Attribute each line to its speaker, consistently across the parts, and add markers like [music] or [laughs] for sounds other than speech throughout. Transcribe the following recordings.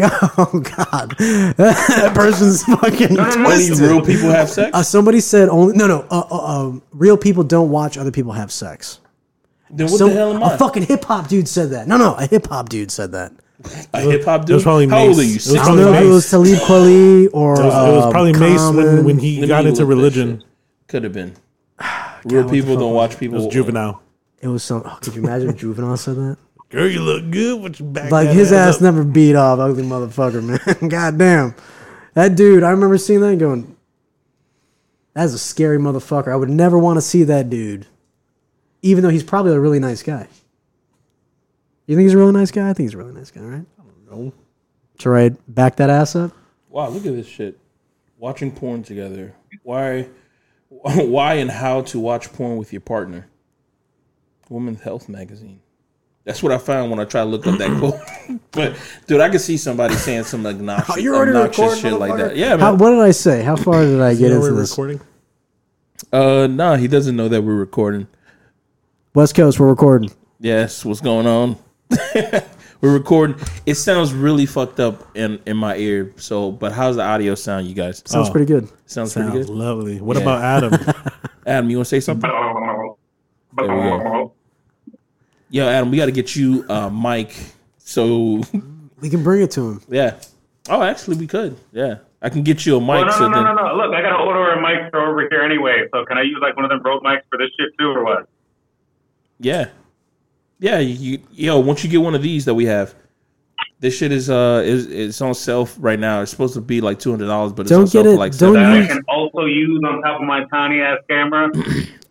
Speaker 1: [laughs] Oh God, that person's fucking.
Speaker 2: No, no, no,
Speaker 1: twisted.
Speaker 2: no. Real people have sex.
Speaker 1: Uh, somebody said only no, no. Uh, uh, um, real people don't watch other people have sex.
Speaker 2: then what
Speaker 1: Some-
Speaker 2: the hell am I?
Speaker 1: a fucking hip hop dude said that. No, no, a hip hop dude said that.
Speaker 2: a hip hop dude.
Speaker 3: was probably
Speaker 2: How old
Speaker 3: Mace.
Speaker 2: are you?
Speaker 3: It was
Speaker 1: I
Speaker 2: Six.
Speaker 1: don't
Speaker 3: probably
Speaker 1: know if it
Speaker 3: Mace.
Speaker 1: was Talib Kweli or uh,
Speaker 3: It was, it was probably Mace when,
Speaker 1: Um, Common.
Speaker 3: when he got into religion. Ah,
Speaker 2: Could have been. Real people don't watch people.
Speaker 3: It was juvenile.
Speaker 1: It was some. Oh, could you imagine if Juvenile said that?
Speaker 3: Girl, you look good with your back.
Speaker 1: Like his ass never beat off, ugly motherfucker, man. [laughs] God damn, that dude. I remember seeing that and going, "That's a scary motherfucker." I would never want to see that dude, even though he's probably a really nice guy. You think he's a really nice guy? I think he's a really nice guy, right? I don't
Speaker 3: know.
Speaker 1: Teray, back that ass up.
Speaker 2: Wow, look at this shit. Watching porn together. Why, [laughs] why, and how to watch porn with your partner? Women's Health Magazine. That's what I found when I tried to look up
Speaker 3: [clears throat]
Speaker 2: that quote. [laughs] but dude, I could see somebody saying
Speaker 3: [laughs]
Speaker 2: some obnoxious,
Speaker 1: you already
Speaker 2: obnoxious
Speaker 1: recording,
Speaker 2: shit like that.
Speaker 1: motherfucker?
Speaker 2: Yeah,
Speaker 1: How,
Speaker 2: man.
Speaker 1: what did I say? How far did I get into this?
Speaker 3: recording.
Speaker 2: uh, nah, he doesn't know that we're recording.
Speaker 1: West Coast, we're recording.
Speaker 2: Yes, what's going on? [laughs] We're recording. It sounds really fucked up in in my ear. So, but how's the audio sound, you guys?
Speaker 1: Sounds
Speaker 3: Oh.
Speaker 1: pretty good.
Speaker 2: sounds, pretty
Speaker 3: Sounds
Speaker 2: good.
Speaker 3: lovely. What about
Speaker 1: [laughs]
Speaker 3: Adam?
Speaker 2: Adam, you want to say something?
Speaker 4: Oh,
Speaker 2: Yo, Adam, we got to get you a mic. So, [laughs]
Speaker 1: We can bring it to him.
Speaker 2: yeah. Oh, actually, we could. Yeah, I can get you a mic.
Speaker 4: Well, Oh, no,
Speaker 2: so
Speaker 4: no, no,
Speaker 2: then,
Speaker 4: no, no. Look, I got to order a mic for over here anyway. So can I use like one of them road mics for this shit too, or what?
Speaker 2: yeah, yeah. You, yo, once you get one of these that we have, this shit is uh is it's on sale right now. It's supposed to be like two hundred dollars, but it's
Speaker 1: Don't
Speaker 2: on sale
Speaker 1: get
Speaker 2: for
Speaker 1: it-
Speaker 2: like
Speaker 1: don't
Speaker 2: $7.
Speaker 4: That I
Speaker 1: use-
Speaker 4: can also use on top of my tiny ass camera.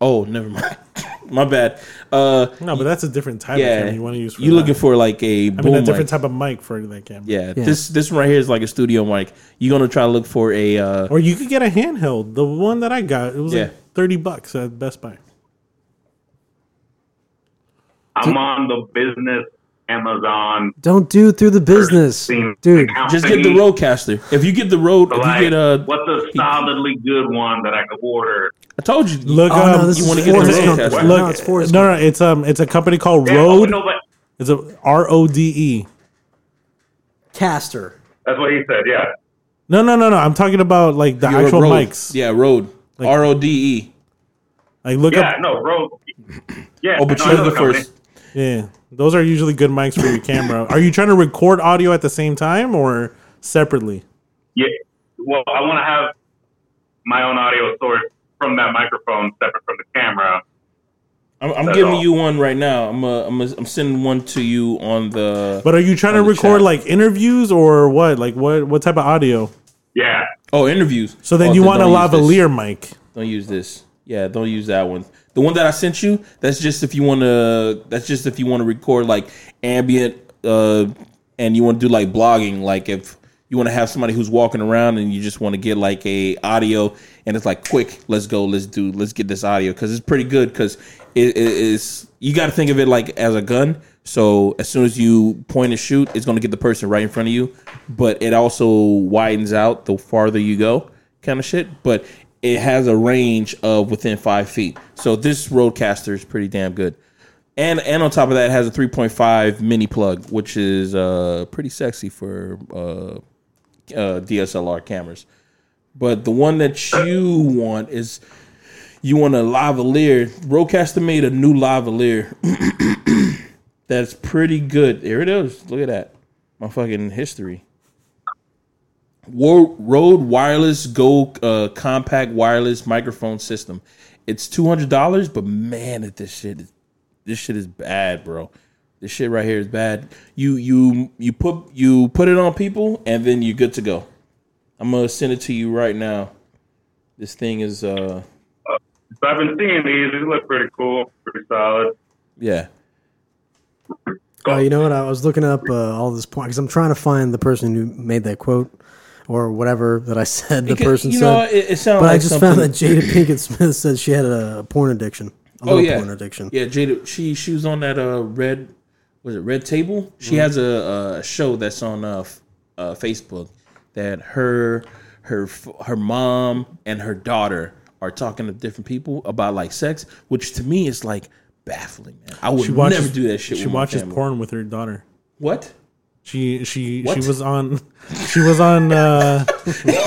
Speaker 2: Oh, never mind. [laughs] My bad. Uh,
Speaker 3: no, but that's a different type of
Speaker 2: yeah,
Speaker 3: camera you want to use. For
Speaker 2: you
Speaker 3: that.
Speaker 2: looking for like a
Speaker 3: I
Speaker 2: boom
Speaker 3: mean, a
Speaker 2: mic.
Speaker 3: different type of mic for that camera.
Speaker 2: Yeah, this this one right here is like a studio mic. You're gonna try to look for a uh,
Speaker 3: Or you could get a handheld. The one that I got, it was
Speaker 2: Yeah.
Speaker 3: like thirty bucks at Best Buy.
Speaker 1: Oh,
Speaker 4: I'm on the business Amazon.
Speaker 1: Don't do through the business,
Speaker 4: scene
Speaker 1: dude.
Speaker 4: account
Speaker 2: just get the
Speaker 4: thingy.
Speaker 2: roadcaster. If you get the road, if
Speaker 4: Like,
Speaker 2: you get uh, a,
Speaker 4: what's a solidly good one that I could order?
Speaker 2: I told you. uh,
Speaker 3: Look,
Speaker 1: Oh no,
Speaker 3: um,
Speaker 1: this
Speaker 3: you
Speaker 1: is
Speaker 2: wanna
Speaker 3: want
Speaker 2: get
Speaker 1: Forrest
Speaker 2: the
Speaker 1: Gump.
Speaker 2: roadcaster.
Speaker 1: Look,
Speaker 2: Look,
Speaker 1: no, it's Forrest
Speaker 3: no, no, it's um, it's a company called
Speaker 4: Yeah, oh,
Speaker 3: Rode.
Speaker 4: no, but
Speaker 3: It's a R O D E.
Speaker 1: Caster.
Speaker 4: that's what he said. Yeah.
Speaker 3: No, no, no, no. I'm talking about like the
Speaker 2: You're a
Speaker 3: actual
Speaker 2: road.
Speaker 3: mics.
Speaker 2: Yeah, road.
Speaker 3: Like-
Speaker 2: R O D E.
Speaker 3: Like look
Speaker 4: Yeah.
Speaker 3: up.
Speaker 4: No, Rode. Yeah.
Speaker 2: Oh, but
Speaker 4: no,
Speaker 2: you
Speaker 4: I
Speaker 2: look
Speaker 4: know
Speaker 2: the
Speaker 4: the company.
Speaker 2: first.
Speaker 3: Yeah, those are usually good mics for your camera. Are you trying to record audio at the same time or separately?
Speaker 4: Yeah. Well, I want to have my own audio source from that microphone separate from the camera.
Speaker 2: I'm, I'm
Speaker 4: That's
Speaker 2: giving
Speaker 4: all.
Speaker 2: you one right now. I'm uh, I'm I'm sending one to you on the.
Speaker 3: But are you trying to
Speaker 2: On the
Speaker 3: record
Speaker 2: chat.
Speaker 3: like interviews or what? Like what what type of audio?
Speaker 4: Yeah.
Speaker 2: oh, interviews.
Speaker 3: So then
Speaker 2: Oh,
Speaker 3: you want a
Speaker 2: don't use this.
Speaker 3: lavalier mic.
Speaker 2: Don't use this. Yeah, don't use that one. The one that I sent you, that's just if you want to. That's just if you want to record like ambient, uh, and you want to do like blogging. Like if you want to have somebody who's walking around and you just want to get like a audio, and it's like quick, let's go, let's do, let's get this audio because it's pretty good. Because it is you got to think of it like as a gun. So as soon as you point and shoot, it's going to get the person right in front of you, but it also widens out the farther you go kind of shit, but it has a range of within five feet. So this roadcaster is pretty damn good. And and on top of that, it has a 3.5 mini plug, which is uh pretty sexy for uh, uh DSLR cameras. But the one that you want is you want a lavalier. Rodecaster made a new lavalier [clears throat] that's pretty good. Here it is. Look at that. My fucking history. Wo- Rode Wireless Go uh, Compact Wireless Microphone System. It's two hundred dollars, but man, that this shit, is- this shit is bad, bro. This shit right here is bad. You you you put you put it on people, and then you're good to go. I'm gonna send it to you right now. This thing is uh
Speaker 4: So I've been seeing these. These look pretty cool, pretty solid. [laughs]
Speaker 2: yeah.
Speaker 1: Oh, you know what? I was looking up uh, all this point because I'm trying to find the person who made that quote or whatever that I [laughs] said the person
Speaker 2: you
Speaker 1: said.
Speaker 2: know it, it sounds
Speaker 1: but
Speaker 2: like
Speaker 1: I just
Speaker 2: something.
Speaker 1: found that Jada Pinkett Smith said she had a porn addiction. A
Speaker 2: Oh
Speaker 1: little
Speaker 2: yeah,
Speaker 1: porn addiction.
Speaker 2: Yeah, Jada. She she was on that uh red, was it Red Table? She has a, a show that's on uh, f- uh Facebook that her her f- her mom and her daughter are talking to different people about like sex, which to me is like baffling. Man, I would
Speaker 3: She watches,
Speaker 2: never do that shit.
Speaker 3: She
Speaker 2: with my
Speaker 3: watches
Speaker 2: family.
Speaker 3: porn with her daughter.
Speaker 2: What?
Speaker 3: She she
Speaker 2: What?
Speaker 3: she was on she was
Speaker 2: [laughs]
Speaker 3: on uh,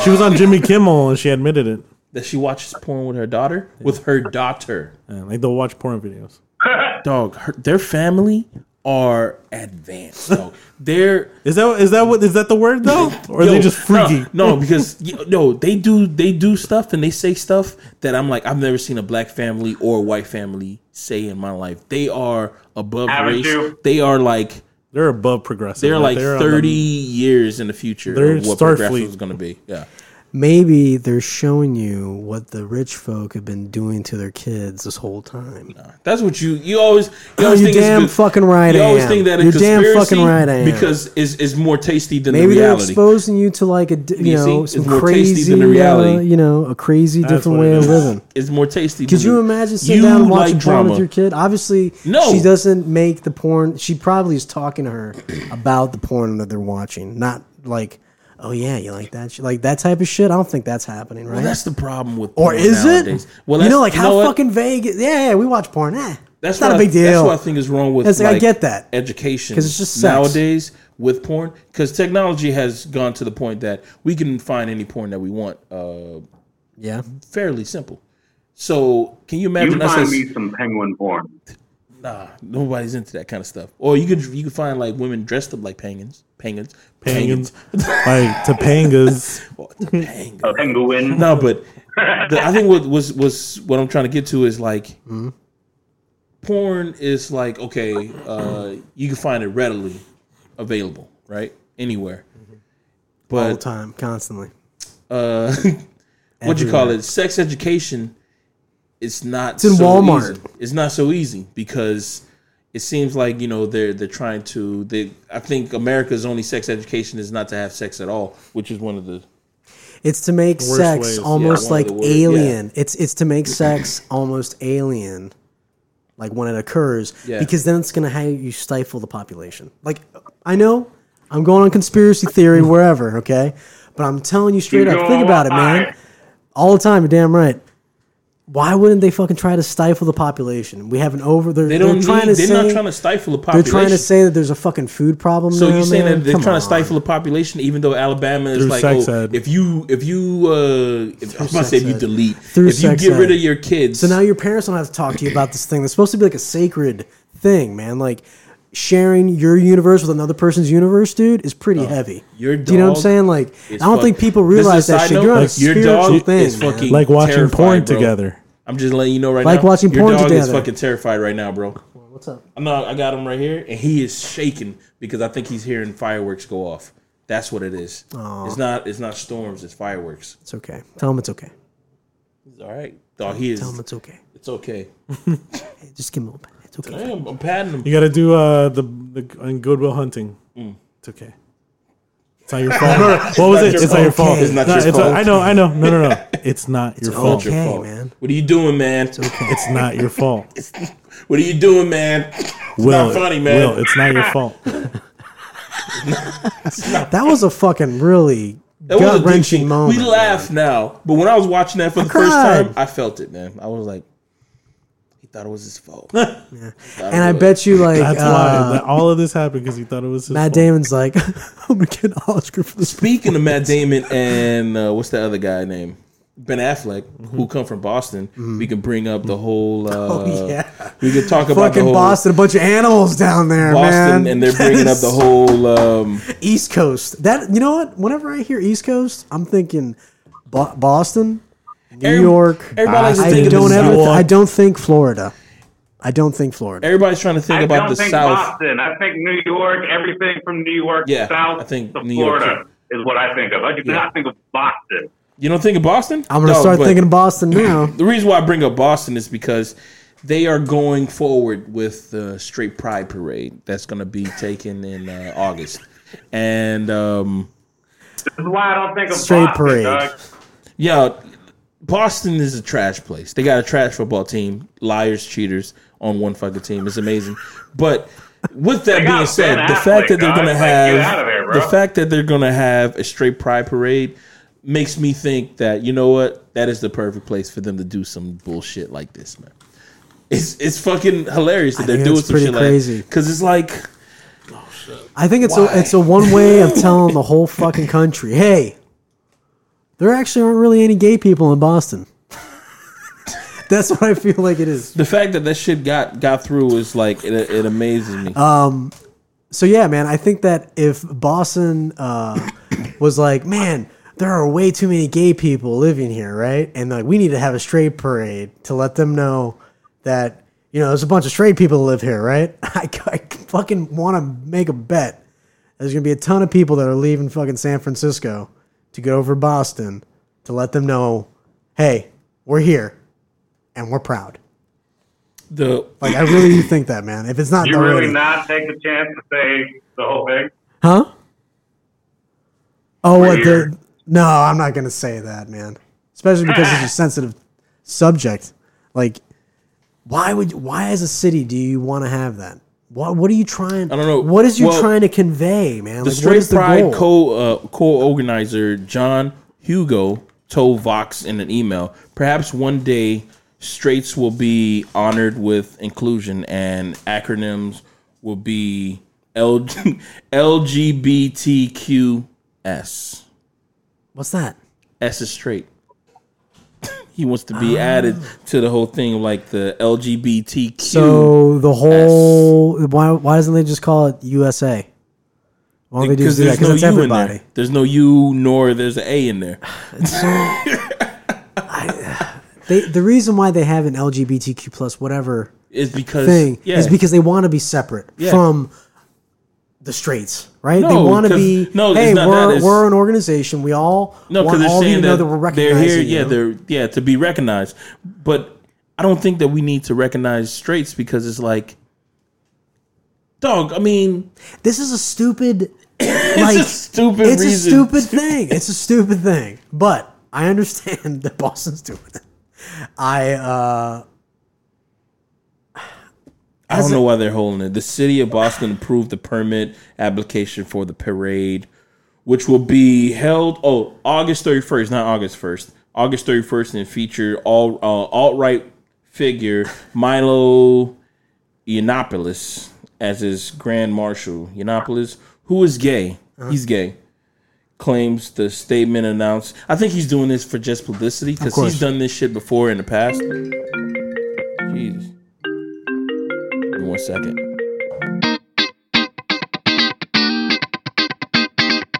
Speaker 3: she was on Jimmy Kimmel and she admitted it.
Speaker 2: That she watches porn with her daughter? With her daughter.
Speaker 3: Yeah, like they'll watch porn videos.
Speaker 2: Dog, her, their family are advanced, [laughs] dog. They're
Speaker 3: Is that is that what is that the
Speaker 2: [laughs]
Speaker 3: word though? Or are
Speaker 2: Yo,
Speaker 3: they just freaky?
Speaker 2: No, no, because you know, no, they do they do stuff and they say stuff that I'm like I've never seen a black family or a white family say in my life. They are above
Speaker 4: Haven't
Speaker 2: race.
Speaker 4: you?
Speaker 2: They are like
Speaker 3: They're above progressive.
Speaker 2: they're like
Speaker 3: on the-
Speaker 2: 30 years in the future
Speaker 3: They're
Speaker 2: of what
Speaker 3: Starfleet.
Speaker 2: progressive is going to be. Yeah.
Speaker 1: Maybe they're showing you what the rich folk have been doing to their kids this whole time.
Speaker 2: That's what you you always you always
Speaker 1: You're
Speaker 2: think it's
Speaker 1: Oh, damn
Speaker 2: good-
Speaker 1: fucking right
Speaker 2: You
Speaker 1: I
Speaker 2: always
Speaker 1: am.
Speaker 2: think that a
Speaker 1: You're damn
Speaker 2: conspiracy
Speaker 1: fucking right I am.
Speaker 2: because is is more tasty than
Speaker 1: Maybe
Speaker 2: the
Speaker 1: they're
Speaker 2: reality.
Speaker 1: exposing you to like a di- you,
Speaker 2: You see,
Speaker 1: know
Speaker 2: it's
Speaker 1: some
Speaker 2: more
Speaker 1: crazy
Speaker 2: tasty than the
Speaker 1: reality.
Speaker 2: reality.
Speaker 1: you know a crazy different
Speaker 3: what it
Speaker 1: way of
Speaker 3: is.
Speaker 1: living.
Speaker 2: it's more tasty.
Speaker 1: Could
Speaker 2: than
Speaker 1: you
Speaker 2: the-
Speaker 1: imagine sitting down and watching porn with your kid? Obviously,
Speaker 2: No.
Speaker 1: she doesn't make the porn. She probably is talking to her [clears throat] about the porn that they're watching, not like, oh yeah, you like that, shit?" like that type of shit. I don't think that's happening, right?
Speaker 2: Well, that's the problem with
Speaker 1: or
Speaker 2: porn
Speaker 1: is
Speaker 2: nowadays.
Speaker 1: it?
Speaker 2: Well,
Speaker 1: you
Speaker 2: that's-
Speaker 1: know, like how
Speaker 2: know what?
Speaker 1: fucking vague. Yeah, yeah, we watch porn. Eh,
Speaker 2: That's
Speaker 1: that's not
Speaker 2: what
Speaker 1: a
Speaker 2: I-
Speaker 1: big deal.
Speaker 2: That's what I think is wrong with.
Speaker 1: That's- I
Speaker 2: like,
Speaker 1: get that.
Speaker 2: education
Speaker 1: 'Cause it's just sex.
Speaker 2: nowadays with porn because technology has gone to the point that we can find any porn that we want. Uh,
Speaker 1: yeah,
Speaker 2: fairly simple. So can you imagine
Speaker 4: You
Speaker 2: us?
Speaker 4: find
Speaker 2: as-
Speaker 4: me some penguin porn.
Speaker 2: nah, nobody's into that kind of stuff. Or you could you could find like women dressed up like penguins, penguins, [laughs]
Speaker 3: Pangans, like Topangas.
Speaker 2: Oh, [laughs] it's a penguin. [laughs]
Speaker 4: A penguin.
Speaker 2: No, but the, I think what was was what I'm trying to get to is like
Speaker 1: Mm-hmm.
Speaker 2: porn is like okay, uh, you can find it readily available, right? Anywhere,
Speaker 1: Mm-hmm. all the
Speaker 2: but
Speaker 1: time, constantly.
Speaker 2: uh, [laughs] what you call it? Sex education. It's not. It's
Speaker 1: in Walmart.
Speaker 2: It's not so easy because it seems like you know they're they're trying to. They I think America's only sex education is not to have sex at all, which is one of the
Speaker 1: It's to make
Speaker 3: Worst
Speaker 1: sex
Speaker 3: ways, yeah,
Speaker 1: almost
Speaker 2: one
Speaker 1: like
Speaker 2: of the worst, yeah.
Speaker 1: alien. It's it's to
Speaker 2: [clears throat]
Speaker 1: make sex almost alien, like when it occurs,
Speaker 2: Yeah.
Speaker 1: because then it's gonna how you stifle the population. Like I know I'm going on conspiracy
Speaker 2: [laughs]
Speaker 1: theory wherever, okay, but I'm telling you straight up, think about it, man, all the time. You're damn right. Why wouldn't they fucking try to stifle the population? We have an over. They're,
Speaker 2: They don't.
Speaker 1: they're trying to
Speaker 2: need, they're
Speaker 1: say
Speaker 2: not trying to stifle the
Speaker 1: they're
Speaker 2: population.
Speaker 1: trying to say that there's a fucking food problem.
Speaker 2: So
Speaker 1: now,
Speaker 2: you're saying
Speaker 1: man?
Speaker 2: that they're
Speaker 1: Come
Speaker 2: trying
Speaker 1: on.
Speaker 2: to stifle the population, even though Alabama is
Speaker 3: Through
Speaker 2: like,
Speaker 3: sex
Speaker 2: oh,
Speaker 3: ed.
Speaker 2: if you, if you, uh, if, I was about to say
Speaker 1: sex
Speaker 2: if you
Speaker 1: ed.
Speaker 2: delete,
Speaker 1: Through
Speaker 2: if you
Speaker 1: sex
Speaker 2: get rid
Speaker 1: ed.
Speaker 2: of your kids,
Speaker 1: So now your parents don't have to talk to you about this thing that's supposed to be like a sacred thing, man. Like sharing your universe with another person's universe, dude, is pretty heavy.
Speaker 2: your
Speaker 1: Do you know what I'm
Speaker 2: dog
Speaker 1: saying? Like, I
Speaker 2: it's
Speaker 1: don't
Speaker 2: fuck-
Speaker 1: think people
Speaker 2: This is a
Speaker 1: realize that
Speaker 2: side
Speaker 1: shit.
Speaker 2: note,
Speaker 1: You're on a
Speaker 2: like, your
Speaker 1: spiritual
Speaker 2: dog
Speaker 1: thing.
Speaker 2: is
Speaker 1: man.
Speaker 2: fucking
Speaker 3: Like watching
Speaker 2: terrified,
Speaker 3: porn
Speaker 2: bro.
Speaker 3: together.
Speaker 2: I'm just letting you know right
Speaker 1: Like
Speaker 2: now.
Speaker 1: watching
Speaker 2: your
Speaker 1: porn
Speaker 2: dog is
Speaker 1: together.
Speaker 2: fucking terrified right now, bro.
Speaker 1: What's up?
Speaker 2: I'm not. I got him right here, and he is shaking because I think he's hearing fireworks go off. That's what it is. It's not. It's not storms. It's fireworks.
Speaker 1: It's okay. Tell them it's okay.
Speaker 2: He's all right, dog. He
Speaker 1: Tell them
Speaker 2: is.
Speaker 1: it's okay.
Speaker 2: It's okay.
Speaker 1: Hey, Just give them a little bit. It's okay.
Speaker 2: Damn, I'm patting him.
Speaker 3: You got to do uh, the the on Goodwill Hunting.
Speaker 2: Mm.
Speaker 3: It's okay. It's not your fault. No, no, What was it?
Speaker 2: your
Speaker 3: It's not your
Speaker 1: fault.
Speaker 3: fault.
Speaker 1: It's
Speaker 2: not
Speaker 3: No,
Speaker 2: your
Speaker 3: it's-
Speaker 2: fault.
Speaker 3: I know. I know. No,
Speaker 2: [laughs]
Speaker 3: no, no. It's not your fault.
Speaker 2: It's your
Speaker 1: Okay,
Speaker 2: fault.
Speaker 1: man.
Speaker 2: What are you doing, man?
Speaker 3: It's not
Speaker 2: [laughs]
Speaker 3: your fault.
Speaker 2: What are you doing, man?
Speaker 3: Will,
Speaker 2: not funny, man.
Speaker 3: Will,
Speaker 2: [laughs]
Speaker 3: it's not your fault.
Speaker 1: That was a fucking really
Speaker 2: That was a
Speaker 1: gut wrenching
Speaker 2: dick-
Speaker 1: moment.
Speaker 2: We laugh now, but when I was watching that for the first
Speaker 1: cried.
Speaker 2: time, I felt it, man. I was like, he thought it was his fault.
Speaker 1: [laughs] and I bet you, like,
Speaker 3: That's
Speaker 1: uh,
Speaker 3: why that all of this happened because he thought it was his
Speaker 1: Matt
Speaker 3: fault.
Speaker 1: Damon's like, [laughs] I'm gonna get an Oscar for this.
Speaker 2: Speaking of Matt Damon and uh, what's the other guy name? Ben Affleck, who come from Boston, we can bring up the whole. Uh,
Speaker 1: Mm-hmm. [laughs] Oh, yeah.
Speaker 2: we could talk about the
Speaker 1: Fucking
Speaker 2: whole
Speaker 1: Boston,
Speaker 2: Boston,
Speaker 1: a bunch of animals down there, man.
Speaker 2: and they're
Speaker 1: That
Speaker 2: bringing up
Speaker 1: is [laughs]
Speaker 2: the whole. Um,
Speaker 1: East Coast. That you know what? Whenever I hear East Coast, I'm thinking Bo- Boston, New
Speaker 2: Every-
Speaker 1: York.
Speaker 2: everybody likes to
Speaker 1: I
Speaker 2: think of
Speaker 1: don't
Speaker 2: the
Speaker 1: ever.
Speaker 2: South.
Speaker 1: I don't think Florida. I don't think Florida.
Speaker 2: everybody's trying to think
Speaker 4: I
Speaker 2: about
Speaker 4: don't
Speaker 2: the
Speaker 4: think
Speaker 2: South.
Speaker 4: Boston. I think New York. Everything from New York
Speaker 2: Yeah,
Speaker 4: south
Speaker 2: I think
Speaker 4: to
Speaker 2: New York,
Speaker 4: Florida is what I think of. I do
Speaker 2: Yeah.
Speaker 4: not think of Boston.
Speaker 2: You don't think of Boston?
Speaker 1: I'm gonna
Speaker 2: No,
Speaker 1: start
Speaker 2: but-
Speaker 1: thinking Boston now.
Speaker 2: The reason why I bring up Boston is because they are going forward with the Straight Pride Parade that's going to be taken in uh, August. And um,
Speaker 4: This is why I don't think of
Speaker 1: Straight
Speaker 4: Boston,
Speaker 1: parade.
Speaker 4: Doug.
Speaker 2: yeah, Boston is a trash place. They got a trash football team, liars, cheaters on one fucking team. It's amazing. But with that
Speaker 4: They
Speaker 2: being
Speaker 4: got
Speaker 2: said,
Speaker 4: Ben
Speaker 2: the fact that
Speaker 4: Affleck,
Speaker 2: they're going to
Speaker 4: guys. Like, get out
Speaker 2: have
Speaker 4: of there, bro.
Speaker 2: the fact that they're going to have a Straight Pride Parade makes me think that you know what that is the perfect place for them to do some bullshit like this, man. It's it's fucking hilarious that
Speaker 1: I
Speaker 2: they're
Speaker 1: think
Speaker 2: doing
Speaker 1: that's
Speaker 2: some
Speaker 1: pretty
Speaker 2: shit
Speaker 1: crazy.
Speaker 2: like because it's like
Speaker 1: I think it's a it's a one way of telling the whole fucking country, hey, there actually aren't really any gay people in Boston. [laughs] That's what I feel like it is.
Speaker 2: The fact that that shit got got through is like it, it amazes me.
Speaker 1: Uh, So yeah, man, I think that if Boston uh, was like, man, there are way too many gay people living here, right? And like, we need to have a straight parade to let them know that you know there's a bunch of straight people that live here, right? [laughs] I, I fucking want to make a bet. There's gonna be a ton of people that are leaving fucking San Francisco to go over Boston to let them know, hey, we're here, and we're proud.
Speaker 2: the
Speaker 1: Like, I really do think that, man. If it's not
Speaker 4: You
Speaker 1: done
Speaker 4: really
Speaker 1: already-
Speaker 4: not take the chance to say the whole thing?
Speaker 1: Huh? Oh, what
Speaker 4: Weird.
Speaker 1: the? No, I'm not gonna say that, man. Especially because
Speaker 2: [laughs]
Speaker 1: it's a sensitive subject. Like, why would? Why as a city do you want to have that? What What are you trying?
Speaker 2: I don't know.
Speaker 1: What is you
Speaker 2: Well,
Speaker 1: trying to convey, man?
Speaker 2: the
Speaker 1: Like, what
Speaker 2: Straight
Speaker 1: is the
Speaker 2: Pride
Speaker 1: goal?
Speaker 2: co uh, co-organizer John Hugo told Vox in an email, "Perhaps one day straights will be honored with inclusion, and acronyms will be L- [laughs] LGBTQS.
Speaker 1: What's that?
Speaker 2: S is straight." [laughs] He wants to be
Speaker 1: Ah.
Speaker 2: added to the whole thing, like the LGBTQ.
Speaker 1: So the whole why Why doesn't they just call it USA? Why don't they just do that? Because it's
Speaker 2: U in
Speaker 1: everybody.
Speaker 2: there. There's no U nor there's an A in there.
Speaker 1: They, the reason why they have an LGBTQ plus whatever
Speaker 2: It's because
Speaker 1: thing
Speaker 2: yeah.
Speaker 1: is because they want to be separate from the straights, right? they
Speaker 2: No,
Speaker 1: want to
Speaker 2: 'cause-
Speaker 1: be
Speaker 2: no, it's
Speaker 1: hey,
Speaker 2: not that,
Speaker 1: we're,
Speaker 2: it's-
Speaker 1: we're an organization. We all
Speaker 2: No,
Speaker 1: want
Speaker 2: because they're
Speaker 1: all of you
Speaker 2: saying
Speaker 1: to know that
Speaker 2: that,
Speaker 1: we're
Speaker 2: they're
Speaker 1: recognizing
Speaker 2: here. Yeah,
Speaker 1: you.
Speaker 2: they're yeah to be recognized. But I don't think that we need to recognize straights because it's like, dog. I mean,
Speaker 1: this is a stupid
Speaker 2: [laughs] it's
Speaker 1: like
Speaker 2: a stupid
Speaker 1: it's
Speaker 2: reason.
Speaker 1: a
Speaker 2: [laughs]
Speaker 1: stupid thing. It's a stupid thing. But I understand [laughs] that Boston's doing it. I uh
Speaker 2: I don't know why they're holding it. The city of Boston approved the permit application for the parade, which will be held oh August thirty first, not August first, August thirty first, and feature all uh, alt right figure Milo Yiannopoulos as his grand marshal. Yiannopoulos, who is gay, he's gay. Claims the statement announced. I think he's doing this for just publicity because
Speaker 1: course.
Speaker 2: he's done this shit before in the past. Jesus. Give me One second.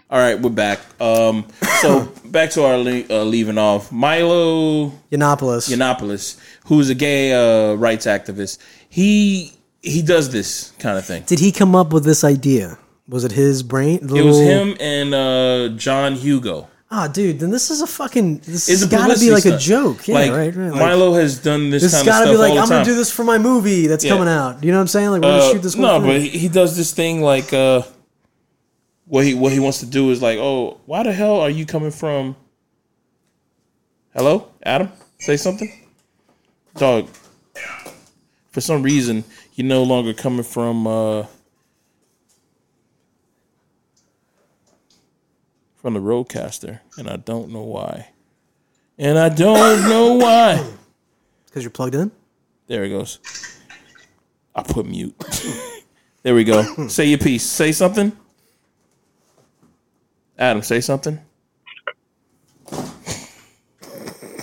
Speaker 2: All right, we're back. Um,
Speaker 1: [laughs]
Speaker 2: so back to our le- uh, leaving off. Milo
Speaker 1: Yiannopoulos.
Speaker 2: Yiannopoulos, who's a gay uh, rights activist, he he does this kind of thing.
Speaker 1: Did he come up with this idea? Was it his brain?
Speaker 2: It was him and uh, John Hugo.
Speaker 1: Oh, dude, then this is a fucking. This
Speaker 2: It's
Speaker 1: has got to be
Speaker 2: publicity
Speaker 1: like a
Speaker 2: stunt.
Speaker 1: joke. Yeah,
Speaker 2: like,
Speaker 1: right, right. Like,
Speaker 2: Milo has done this,
Speaker 1: This has
Speaker 2: kind of
Speaker 1: got
Speaker 2: stuff
Speaker 1: to be like,
Speaker 2: all the
Speaker 1: I'm
Speaker 2: time.
Speaker 1: going to do this for my movie that's
Speaker 2: Yeah.
Speaker 1: coming out. You know what I'm saying? Like, we're going
Speaker 2: Uh,
Speaker 1: to shoot this
Speaker 2: no,
Speaker 1: whole
Speaker 2: but
Speaker 1: thing.
Speaker 2: he he does this thing like uh, what he what he wants to do is like, oh, why the hell are you coming from? Hello, Adam, say something, dog. For some reason, you're no longer coming from uh, from the Roadcaster, and I don't know why. And I don't know why.
Speaker 1: Because you're plugged in?
Speaker 2: There it goes. I put mute. [laughs] there we go. say your piece. Say something. Adam, say something.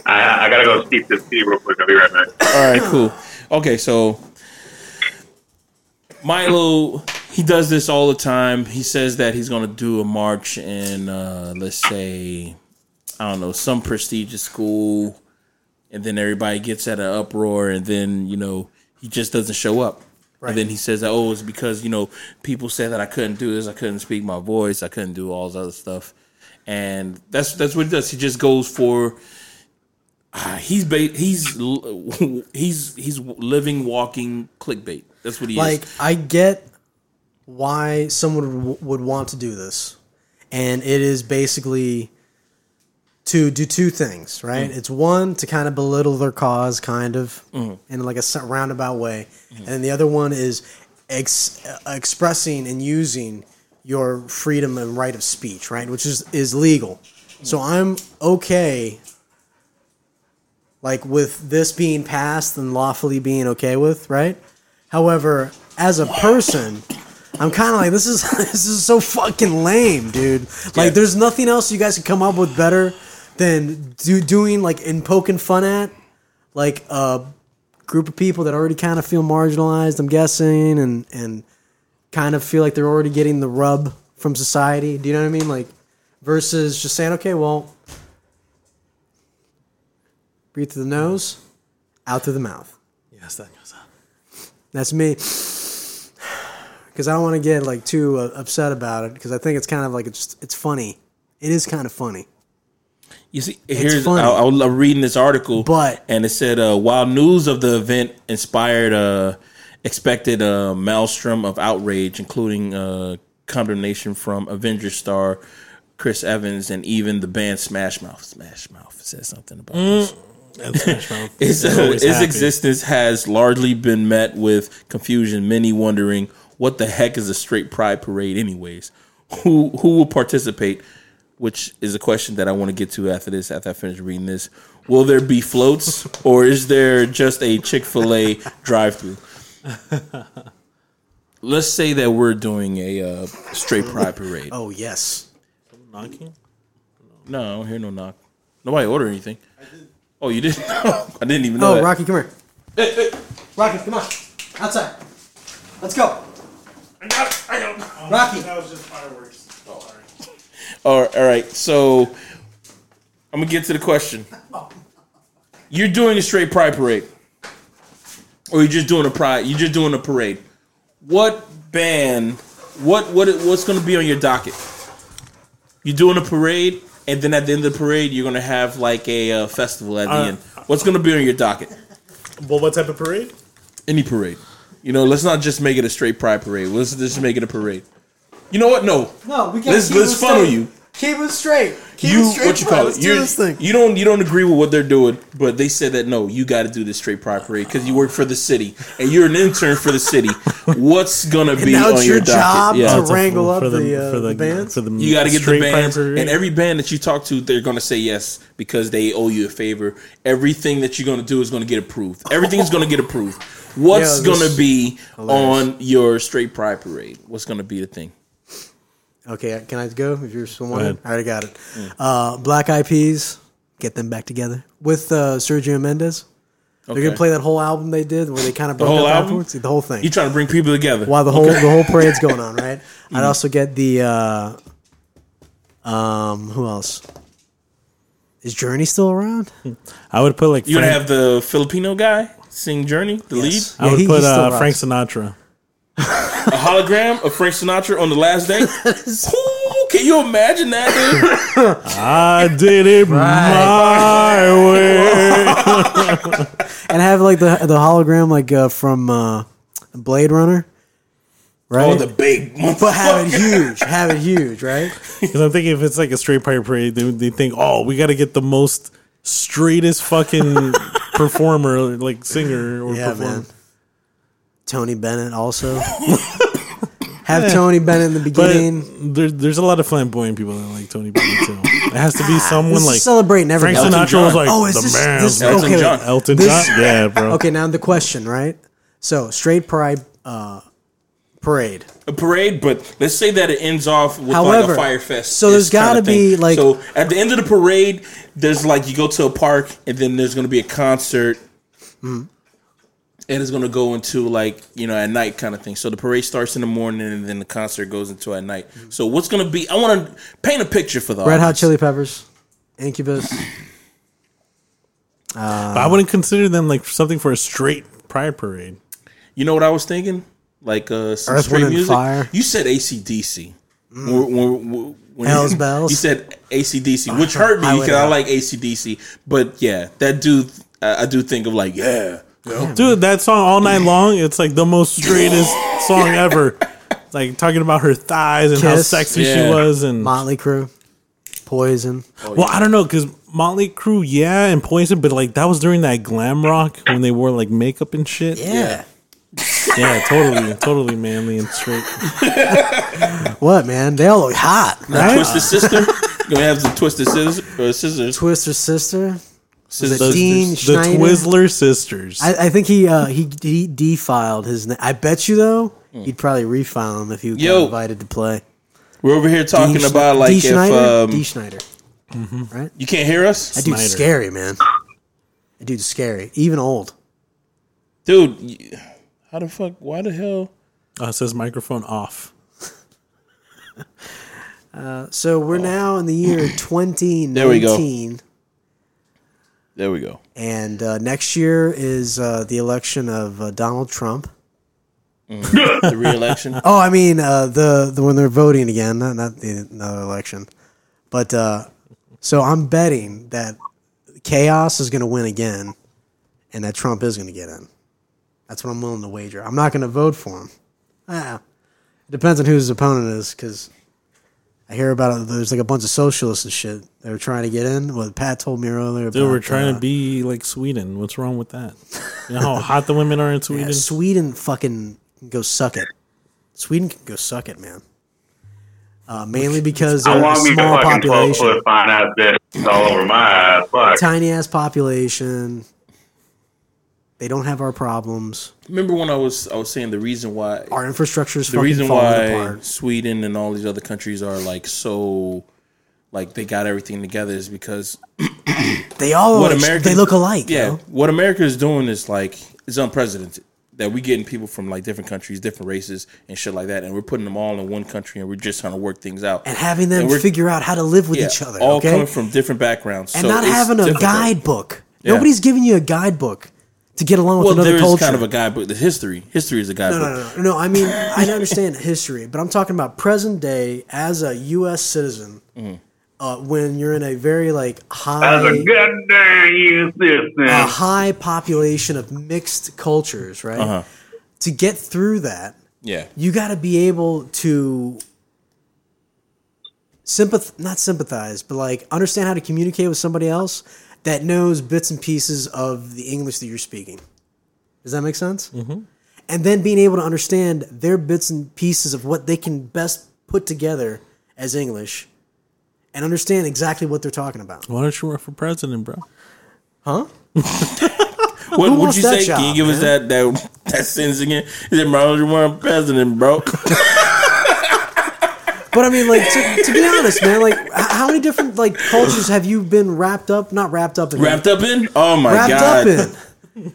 Speaker 4: I, I gotta go steep this tea real quick. I'll be right back.
Speaker 2: All right, cool. Okay, so Milo, he does this all the time. He says that he's going to do a march in, uh, let's say, I don't know, some prestigious school, and then everybody gets at an uproar, and then you know he just doesn't show up. And then he says, that, "Oh, it's because you know people said that I couldn't do this, I couldn't speak my voice, I couldn't do all this other stuff," and that's that's what he does. He just goes for Ah, he's ba- he's l- [laughs] he's he's living walking clickbait. That's what he
Speaker 1: Like,
Speaker 2: is.
Speaker 1: I get why someone w- would want to do this. And it is basically to do two things, right? It's one, to kind of belittle their cause, kind of, in like a s- roundabout way. And then the other one is ex- uh, expressing and using your freedom and right of speech, right? Which is, is legal. So I'm okay like with this being passed and lawfully being okay with, right? However, as a person, I'm kind of like this is [laughs] this is so fucking lame, dude. Like,
Speaker 2: Yeah.
Speaker 1: there's nothing else you guys could come up with better than do, doing like and poking fun at like a group of people that already kind of feel marginalized. I'm guessing and and kind of feel like they're already getting the rub from society. Do you know what I mean? Like, versus just saying, okay, well, breathe through the nose, out through the mouth.
Speaker 3: Yes, that goes up.
Speaker 1: That's me. [sighs] Because I don't want to get like too uh, upset about it. Because I think it's kind of like it's it's funny. It is kind of funny.
Speaker 2: You see, here's
Speaker 1: funny.
Speaker 2: I, I was reading this article,
Speaker 1: But-
Speaker 2: and it said uh, while news of the event inspired uh, expected uh, maelstrom of outrage, including uh, condemnation from Avengers star Chris Evans and even the band Smash Mouth. Smash Mouth says something about this.
Speaker 3: And Smash Mouth.
Speaker 2: [laughs] Its,
Speaker 3: is always
Speaker 2: its
Speaker 3: happy.
Speaker 2: existence has largely been met with confusion, many wondering what the heck is a straight pride parade, anyways. Who who will participate? Which is a question that I want to get to after this. After I finish reading this, will there be floats, or is there just a Chick Fil A drive-through? Let's say that we're doing a uh, straight pride parade.
Speaker 1: Oh yes.
Speaker 3: Knocking?
Speaker 2: No, I don't hear no knock. Nobody order anything. Oh, you did? I didn't [laughs] even know.
Speaker 1: Oh
Speaker 2: that.
Speaker 1: Rocky, come here. Rocky, come on. Outside. Let's go.
Speaker 3: I got it. I got it.
Speaker 1: Rocky.
Speaker 3: That was just fireworks.
Speaker 2: All right, all right. So I'm gonna get to the question. You're doing a straight pride parade, or you're just doing a pride? You're just doing a parade. What band? What what what's gonna be on your docket? You're doing a parade, and then at the end of the parade, you're gonna have like a uh, festival at the
Speaker 3: Uh,
Speaker 2: end. What's gonna be on your docket?
Speaker 3: Well, what type of parade?
Speaker 2: Any parade. You know, let's not just make it a straight pride parade. Let's just make it a parade. You know what? No,
Speaker 1: No, we got.
Speaker 2: Let's- let's funnel you.
Speaker 1: Keep it straight. Keep
Speaker 2: you
Speaker 1: it straight.
Speaker 2: what you
Speaker 1: bro.
Speaker 2: call
Speaker 1: Let's
Speaker 2: it?
Speaker 1: do
Speaker 2: You're-
Speaker 1: this thing.
Speaker 2: You don't you don't agree with what they're doing, but they said that no, you got to do this straight pride parade because you work for the city and you're an intern for the city.
Speaker 1: [laughs]
Speaker 2: What's gonna be
Speaker 1: now
Speaker 2: on
Speaker 1: it's
Speaker 2: your,
Speaker 1: your job
Speaker 2: docket? Yeah.
Speaker 3: Oh,
Speaker 1: to- wrangle up the, uh, the bands?
Speaker 3: the
Speaker 2: you got to get the
Speaker 3: straight
Speaker 2: bands,
Speaker 3: pride parade.
Speaker 2: and every band that you talk to, they're gonna say yes because they owe you a favor. Everything that you're gonna do is gonna get approved. Everything's gonna get approved. What's
Speaker 1: Yeah, this-
Speaker 2: gonna be
Speaker 1: Hilarious.
Speaker 2: on your straight pride parade? What's gonna be the thing?
Speaker 1: Okay, can I go if you're still
Speaker 3: ahead.
Speaker 1: wanted? I already got it.
Speaker 2: Mm.
Speaker 1: Uh, Black Eyed Peas, get them back together with uh, Sergio Mendes. They're
Speaker 2: Okay.
Speaker 1: gonna play that whole album they did where they kind of broke
Speaker 2: whole
Speaker 1: up
Speaker 2: album?
Speaker 1: afterwards. The whole thing.
Speaker 2: You trying to bring people together?
Speaker 1: while the whole the whole parade's going on, right?
Speaker 3: [laughs] Mm-hmm.
Speaker 1: I'd also get the uh, um who else? Is Journey still around?
Speaker 3: I would put like
Speaker 2: You
Speaker 3: Frank,
Speaker 2: gonna have the Filipino guy sing Journey, the
Speaker 1: Yes.
Speaker 2: lead?
Speaker 3: I
Speaker 1: Yeah,
Speaker 3: would
Speaker 1: he- he
Speaker 3: put
Speaker 1: still
Speaker 3: uh,
Speaker 1: rocks.
Speaker 3: Frank Sinatra.
Speaker 2: a hologram of Frank Sinatra on the last
Speaker 1: [laughs]
Speaker 2: day. Ooh, can you imagine that, dude?
Speaker 3: I did
Speaker 1: [laughs]
Speaker 3: it my way.
Speaker 1: And have like the the hologram like uh, from uh, Blade Runner, right?
Speaker 2: [laughs] Oh, the big
Speaker 1: but have it
Speaker 2: motherfucker.
Speaker 1: huge, have it huge,
Speaker 3: [laughs]
Speaker 1: right?
Speaker 3: Because I'm thinking if it's like a straight pirate parade, they, they think, oh, we got to get the most straightest
Speaker 1: [laughs]
Speaker 3: fucking performer, like singer or
Speaker 1: Yeah,
Speaker 3: performer.
Speaker 1: man. Tony Bennett
Speaker 3: [laughs]
Speaker 1: also. Have Tony Bennett in the
Speaker 3: But
Speaker 1: beginning.
Speaker 3: there, there's a lot of flamboyant people that like Tony Bennett too. It has to be
Speaker 1: Ah,
Speaker 3: someone
Speaker 1: This
Speaker 3: like
Speaker 1: is celebrating
Speaker 3: Frank
Speaker 1: everything.
Speaker 2: Elton
Speaker 3: Sinatra
Speaker 2: John.
Speaker 3: was like
Speaker 1: Oh, is
Speaker 3: the
Speaker 1: this-
Speaker 3: man.
Speaker 1: this-
Speaker 2: Elton
Speaker 3: Elton,
Speaker 1: okay, wait.
Speaker 2: John.
Speaker 3: Elton
Speaker 1: this-
Speaker 3: John, yeah, bro.
Speaker 1: Okay, now the question, right? So straight pride uh, parade.
Speaker 2: a parade, but let's say that it ends off with like
Speaker 1: However,
Speaker 2: a fire fest.
Speaker 1: so there's
Speaker 2: It's kinda
Speaker 1: gotta
Speaker 2: thing.
Speaker 1: be, like-
Speaker 2: so at the end of the parade, there's like you go to a park, and then there's gonna be a concert.
Speaker 1: Hmm.
Speaker 2: And it's gonna go into like you know at night kind of thing. So the parade starts in the morning, and then the concert goes into at night. So what's gonna be? I want to paint a picture for the
Speaker 1: Hmm. Red Hot
Speaker 2: audience.
Speaker 1: Chili Peppers, Incubus.
Speaker 3: But I wouldn't consider them like something for a straight pride parade.
Speaker 2: You know what I was thinking? Like uh, some
Speaker 1: Earth,
Speaker 2: straight
Speaker 1: Wind, and
Speaker 2: music.
Speaker 1: Fire. Mm.
Speaker 2: You said ACDC. When- when- when- when-
Speaker 1: Hell's Bells.
Speaker 2: You said ACDC, which hurt me
Speaker 1: I would
Speaker 2: because I
Speaker 1: have.
Speaker 2: like ACDC. But yeah, that dude, I, I do think of like, yeah.
Speaker 3: Dude, that song all night long, it's like the
Speaker 1: [laughs]
Speaker 3: most straightest song ever. Like talking about her thighs and how
Speaker 1: Kiss.
Speaker 3: sexy
Speaker 2: Yeah.
Speaker 3: she was and
Speaker 1: Motley Crue, Poison.
Speaker 3: well, I don't know cuz Motley Crue, yeah, and Poison, but like that was during that glam rock when they wore like makeup and shit.
Speaker 1: Yeah.
Speaker 3: Yeah, totally, totally manly and straight.
Speaker 1: What man? They all look hot, right?
Speaker 2: Twisted
Speaker 1: [laughs]
Speaker 2: Sister. You're gonna have the Twisted Scissors. Or scissors.
Speaker 1: Twister sister.
Speaker 2: Scissors.
Speaker 1: it Dean
Speaker 3: The
Speaker 1: Schneider?
Speaker 3: Twizzler sisters.
Speaker 1: I, I think he uh, he he defiled his name. I bet you though He'd probably refile him if he got
Speaker 2: Yo.
Speaker 1: invited to play.
Speaker 2: We're over here talking
Speaker 1: D. Schne-
Speaker 2: about like
Speaker 1: D.
Speaker 2: if
Speaker 1: Schneider?
Speaker 2: um,
Speaker 1: D. Schneider. Right?
Speaker 2: you can't hear us,
Speaker 1: That dude's
Speaker 3: Snyder.
Speaker 1: scary, man. That dude's scary. Even old.
Speaker 2: dude. y- How the fuck? Why the hell?
Speaker 3: Uh, it says microphone off.
Speaker 1: So we're now in the [clears throat] year 2019.
Speaker 2: we go. There we go.
Speaker 1: And uh, next year is uh, the election of uh, Donald Trump.
Speaker 2: The re-election.
Speaker 1: [laughs] Oh, I mean uh, the the when they're voting again, not not the another election. But uh, so I'm betting that chaos is going to win again, and that Trump is going to get in. That's what I'm willing to wager. I'm not going to vote for him. Ah, it depends on who his opponent is, because I hear about it. There's like a bunch of socialists and shit that are trying to get in. What Pat told me earlier.
Speaker 3: Dude,
Speaker 1: about,
Speaker 3: we're trying
Speaker 1: uh,
Speaker 3: to be like Sweden. What's wrong with that? You know how hot the women are
Speaker 1: [laughs]
Speaker 3: in
Speaker 1: Yeah,
Speaker 3: Sweden?
Speaker 1: Sweden fucking can go suck it. Sweden can go suck it, man. Uh, mainly because
Speaker 4: I
Speaker 1: they're a
Speaker 4: want me to
Speaker 1: small
Speaker 4: fucking twelve
Speaker 1: population,
Speaker 4: foot fine ass bitch all over my ass. Fuck.
Speaker 1: tiny ass population. They don't have our problems.
Speaker 2: Remember when I was I was saying the reason why
Speaker 1: Our infrastructure is
Speaker 2: the
Speaker 1: fucking
Speaker 2: reason
Speaker 1: falling
Speaker 2: why
Speaker 1: apart.
Speaker 2: Sweden and all these other countries are like so like they got everything together is because
Speaker 1: They all
Speaker 2: what
Speaker 1: are-
Speaker 2: America
Speaker 1: they look alike.
Speaker 2: Yeah,
Speaker 1: yo.
Speaker 2: what America is doing is like is unprecedented. That we getting people from like different countries, different races, and shit like that, and we're putting them all in one country, and we're just trying to work things out
Speaker 1: and having them
Speaker 2: And we're-
Speaker 1: figure out how to live with
Speaker 2: Yeah,
Speaker 1: each other.
Speaker 2: all
Speaker 1: okay,
Speaker 2: coming from different backgrounds,
Speaker 1: and
Speaker 2: so
Speaker 1: not
Speaker 2: it's
Speaker 1: having a
Speaker 2: difficult.
Speaker 1: guidebook.
Speaker 2: Yeah.
Speaker 1: Nobody's giving you a guidebook to get along with
Speaker 2: Well,
Speaker 1: another
Speaker 2: there is
Speaker 1: culture.
Speaker 2: kind of a guidebook. The history, history is a guidebook.
Speaker 1: No, Uh, no, no, no. I mean, I understand history, but I'm talking about present day as a U.S. citizen. Uh, when you're in a very like
Speaker 4: That's a
Speaker 1: high,
Speaker 4: goddamn useless
Speaker 1: a
Speaker 4: man.
Speaker 1: high population of mixed cultures, right? To get through that,
Speaker 2: Yeah,
Speaker 1: you got to be able to sympath not sympathize, but like understand how to communicate with somebody else that knows bits and pieces of the English that you're speaking. Does that make sense? Mm-hmm. And then being able to understand their bits and pieces of what they can best put together as English, and understand exactly what they're talking about.
Speaker 3: Why don't you run for president, bro?
Speaker 1: Huh?
Speaker 2: What would
Speaker 1: wants
Speaker 2: you
Speaker 1: that
Speaker 2: say? Can
Speaker 1: job,
Speaker 2: you give us that that [laughs] that sentence again? Is it Ronald Reagan
Speaker 1: [laughs]
Speaker 2: president, bro?
Speaker 1: But I mean, like to, to be honest, man, like h- how many different like cultures have you been wrapped up? Not wrapped up in
Speaker 2: Wrapped up in? Oh my
Speaker 1: wrapped up
Speaker 2: god!
Speaker 1: in.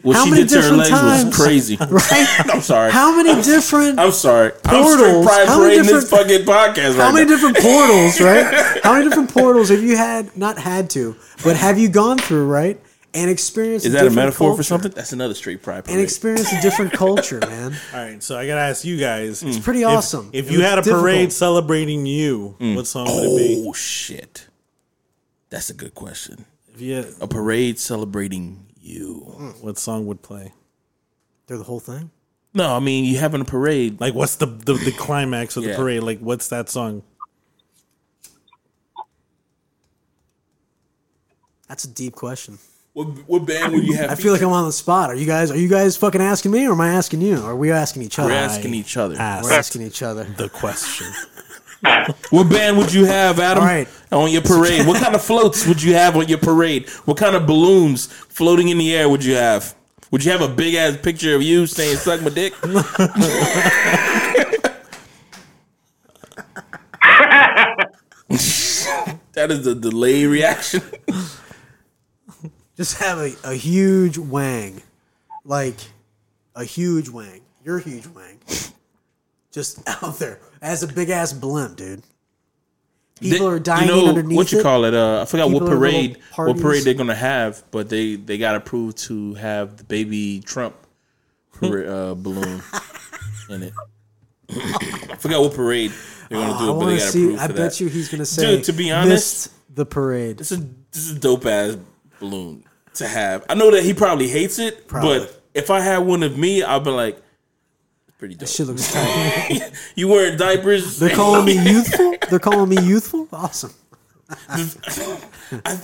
Speaker 2: What
Speaker 1: How
Speaker 2: she
Speaker 1: many
Speaker 2: did to her
Speaker 1: different
Speaker 2: legs
Speaker 1: times?
Speaker 2: was crazy.
Speaker 1: [laughs] Right?
Speaker 2: I'm sorry.
Speaker 1: How
Speaker 2: [laughs]
Speaker 1: many different
Speaker 2: I'm sorry. I'm straight
Speaker 1: Portals?
Speaker 2: pride
Speaker 1: How many
Speaker 2: parading this fucking podcast right
Speaker 1: how many
Speaker 2: now.
Speaker 1: different portals,
Speaker 2: [laughs]
Speaker 1: right? How many different portals have you had not had to, but have you gone through, right? And experienced
Speaker 2: Is that a metaphor for something? That's another straight pride
Speaker 1: And
Speaker 2: parade.
Speaker 1: experienced a different culture, man.
Speaker 2: [laughs]
Speaker 3: All right, so I gotta ask you guys. It's
Speaker 1: Pretty awesome.
Speaker 3: If
Speaker 1: Hmm. It
Speaker 3: you
Speaker 1: was
Speaker 3: had a
Speaker 1: difficult. Hmm.
Speaker 3: parade celebrating you, what song would it be?
Speaker 2: oh shit! That's a good question.
Speaker 3: If you had,
Speaker 2: A parade celebrating
Speaker 1: Hmm.
Speaker 2: you?
Speaker 3: what song would play?
Speaker 1: through the whole thing,
Speaker 2: No, I mean you having a parade.
Speaker 3: Like, what's the the, the climax of the
Speaker 2: Yeah.
Speaker 3: parade? Like, what's that song?
Speaker 1: that's a deep question.
Speaker 2: What, what band would you have?
Speaker 1: I feel like I'm on the spot. Are you guys? Are you guys fucking asking me, or am I asking you? Are we asking each other?
Speaker 2: we're asking each other.
Speaker 1: We're asking each other. [laughs]
Speaker 3: The question.
Speaker 2: What band would you have, Adam,
Speaker 1: All right.
Speaker 2: on your parade? What kind of floats would you have on your parade? What kind of balloons floating in the air would you have? Would you have a big ass picture of you saying "suck my dick"? [laughs] that is a delayed reaction.
Speaker 1: Just have a, a huge wang, like a huge wang. Your huge wang, just [laughs] out there as a big ass blimp, dude. People
Speaker 2: They-
Speaker 1: are dying
Speaker 2: You know
Speaker 1: underneath
Speaker 2: what you
Speaker 1: it.
Speaker 2: call it? Uh, I forgot
Speaker 1: People
Speaker 2: what
Speaker 1: are little
Speaker 2: parade what
Speaker 1: parties.
Speaker 2: parade they're gonna have, but they they got approved to have the baby Trump
Speaker 1: [laughs]
Speaker 2: par- uh, balloon in it. [coughs] I forgot what parade they're gonna
Speaker 1: I
Speaker 2: do, but
Speaker 1: want
Speaker 2: they
Speaker 1: to
Speaker 2: got
Speaker 1: see.
Speaker 2: approved
Speaker 1: I
Speaker 2: for
Speaker 1: bet
Speaker 2: that.
Speaker 1: you he's gonna say,
Speaker 2: Dude, to be honest-
Speaker 1: "Missed the parade.
Speaker 2: This is this is dope ass balloon to have. I know that he probably hates it,
Speaker 1: Probably.
Speaker 2: but if I had one of me, I'd be like, pretty dope.
Speaker 1: Shit [laughs] looks tight.
Speaker 2: [laughs] You wearing diapers?
Speaker 1: They're calling me youthful. They're calling me youthful. Awesome.
Speaker 2: I,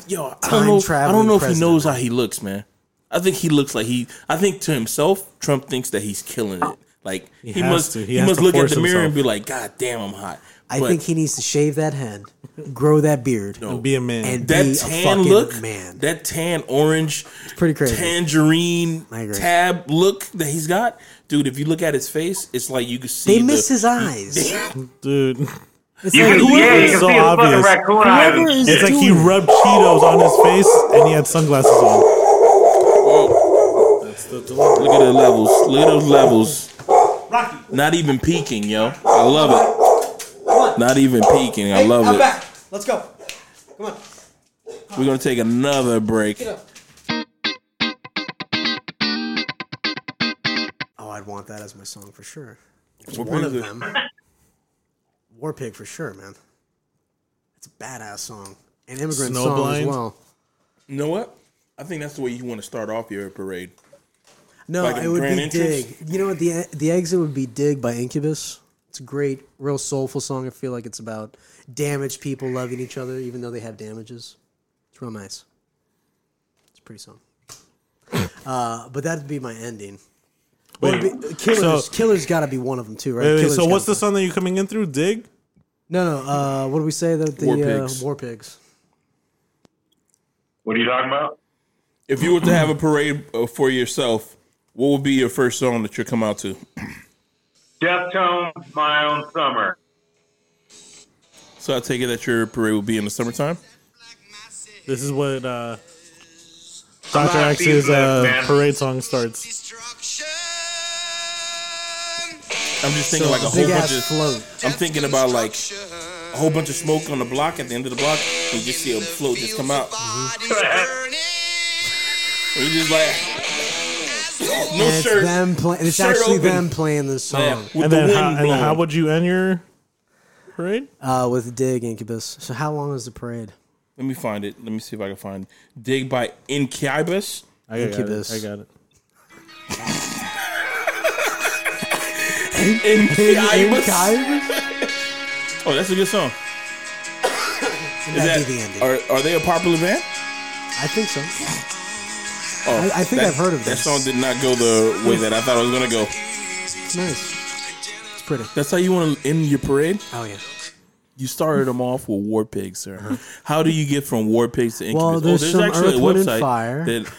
Speaker 2: yo, I
Speaker 1: Time
Speaker 2: don't know. I
Speaker 1: traveling
Speaker 2: don't know if he
Speaker 1: president.
Speaker 2: knows how he looks, man. I think he looks like he. I think to himself, Trump thinks that he's killing it. Like he,
Speaker 3: has
Speaker 2: must.
Speaker 3: to. He
Speaker 2: He,
Speaker 3: has
Speaker 2: must
Speaker 3: to
Speaker 2: look at the
Speaker 3: force
Speaker 2: mirror and be
Speaker 3: himself.
Speaker 2: like, "God damn, I'm hot."
Speaker 1: I
Speaker 2: But-
Speaker 1: think he needs to shave that head, grow that beard,
Speaker 3: and be a man.
Speaker 1: and
Speaker 2: That
Speaker 1: be a
Speaker 2: tan
Speaker 1: fucking
Speaker 2: look,
Speaker 1: man.
Speaker 2: that tan orange,
Speaker 1: pretty crazy.
Speaker 2: tangerine
Speaker 1: I agree.
Speaker 2: tab look that he's got, dude. If you look at his face, it's like you can see.
Speaker 1: they
Speaker 2: the-
Speaker 1: miss his
Speaker 2: [laughs]
Speaker 1: eyes.
Speaker 3: Dude,
Speaker 1: It's
Speaker 4: You
Speaker 1: like,
Speaker 4: can,
Speaker 1: who-
Speaker 4: yeah, you
Speaker 3: it's
Speaker 4: can
Speaker 3: so
Speaker 4: see his fucking
Speaker 3: obvious.
Speaker 4: raccoon eyes.
Speaker 1: Whoever
Speaker 4: and
Speaker 1: is-
Speaker 4: shit.
Speaker 3: [laughs] it's like he
Speaker 1: doing-
Speaker 3: rubbed Cheetos on his face and he had sunglasses on.
Speaker 2: Whoa,
Speaker 3: That's the delivery.
Speaker 2: look at the levels. Look at those levels.
Speaker 5: Rocky.
Speaker 2: Not even peeking, yo. I love it. Not even peeking. I
Speaker 5: Hey,
Speaker 2: love
Speaker 5: I'm
Speaker 2: it.
Speaker 5: back. Let's go. Come on.
Speaker 2: We're gonna take another break.
Speaker 5: Get up.
Speaker 1: oh, I'd want that as my song for sure. It's
Speaker 2: War
Speaker 1: one
Speaker 2: Pig
Speaker 1: of
Speaker 2: is-
Speaker 1: them. [laughs] War Pig for sure, man. It's a badass song. An immigrant song
Speaker 3: Snowblind?
Speaker 1: as well.
Speaker 2: You know what? I think that's the way you want to start off your parade.
Speaker 1: No,
Speaker 2: Like a
Speaker 1: it would be
Speaker 2: grand entrance?
Speaker 1: Dig. You know what? The the exit would be Dig by Incubus. It's a great, real soulful song. I feel like it's about damaged people loving each other, even though they have damages. It's real nice. It's a pretty song. [laughs] Uh, but that'd be my ending. Well,
Speaker 3: Wait,
Speaker 1: it'd be- Killers,
Speaker 3: so-
Speaker 1: Killers got to be one of them too, right?
Speaker 3: Wait, wait,
Speaker 1: Killers
Speaker 3: so what's the
Speaker 1: gotta-
Speaker 3: song that you're coming in through? Dig?
Speaker 1: No, no. Uh, what do we say that the
Speaker 2: War
Speaker 1: War
Speaker 2: Pigs.
Speaker 1: Uh, War Pigs?
Speaker 4: What are you talking about?
Speaker 2: If you were to have a parade uh, for yourself, what would be your first song that you come out to?
Speaker 4: Deftones, my own summer.
Speaker 2: So I take it that your parade would be in the summertime.
Speaker 3: This is what uh, Dr.
Speaker 4: not
Speaker 3: Axe's
Speaker 4: beating that,
Speaker 3: uh,
Speaker 4: man.
Speaker 3: parade song starts.
Speaker 2: I'm just thinking like a whole
Speaker 1: Big ass
Speaker 2: bunch of.
Speaker 1: float.
Speaker 2: I'm thinking about like a whole bunch of smoke on the block at the end of the block. And you just see a float just come out. [laughs] And you just like no
Speaker 1: And it's
Speaker 2: shirt.
Speaker 1: them playing. It's
Speaker 2: Shirt
Speaker 1: actually
Speaker 2: open.
Speaker 1: them playing this song.
Speaker 2: Yeah, with
Speaker 3: And
Speaker 2: the
Speaker 3: then,
Speaker 2: wind
Speaker 3: how, and
Speaker 2: blowing.
Speaker 3: how would you end your parade?
Speaker 1: uh, with Dig Incubus. So how long is the parade?
Speaker 2: Let me find it. Let me see if I can find it. Dig by Incubus.
Speaker 3: I got it.
Speaker 1: Incubus.
Speaker 3: I got it.
Speaker 2: Incubus.
Speaker 1: Incubus?
Speaker 2: Oh, that's a good song. Is
Speaker 1: That'd
Speaker 2: that-
Speaker 1: be the ending.
Speaker 2: Are, are they a popular band?
Speaker 1: I think so.
Speaker 2: Oh,
Speaker 1: I- I think I've heard of
Speaker 2: that.
Speaker 1: this.
Speaker 2: That song did not go the way that I thought it was gonna go.
Speaker 1: It's nice. It's pretty.
Speaker 2: That's how you want to end your parade.
Speaker 1: Oh yeah.
Speaker 2: You started them off with War Pigs, sir. How do you get from War Pigs to Incubus?
Speaker 1: Uh-huh.
Speaker 2: Oh,
Speaker 1: Well, there's some Earth, Wind, and Fire.
Speaker 2: that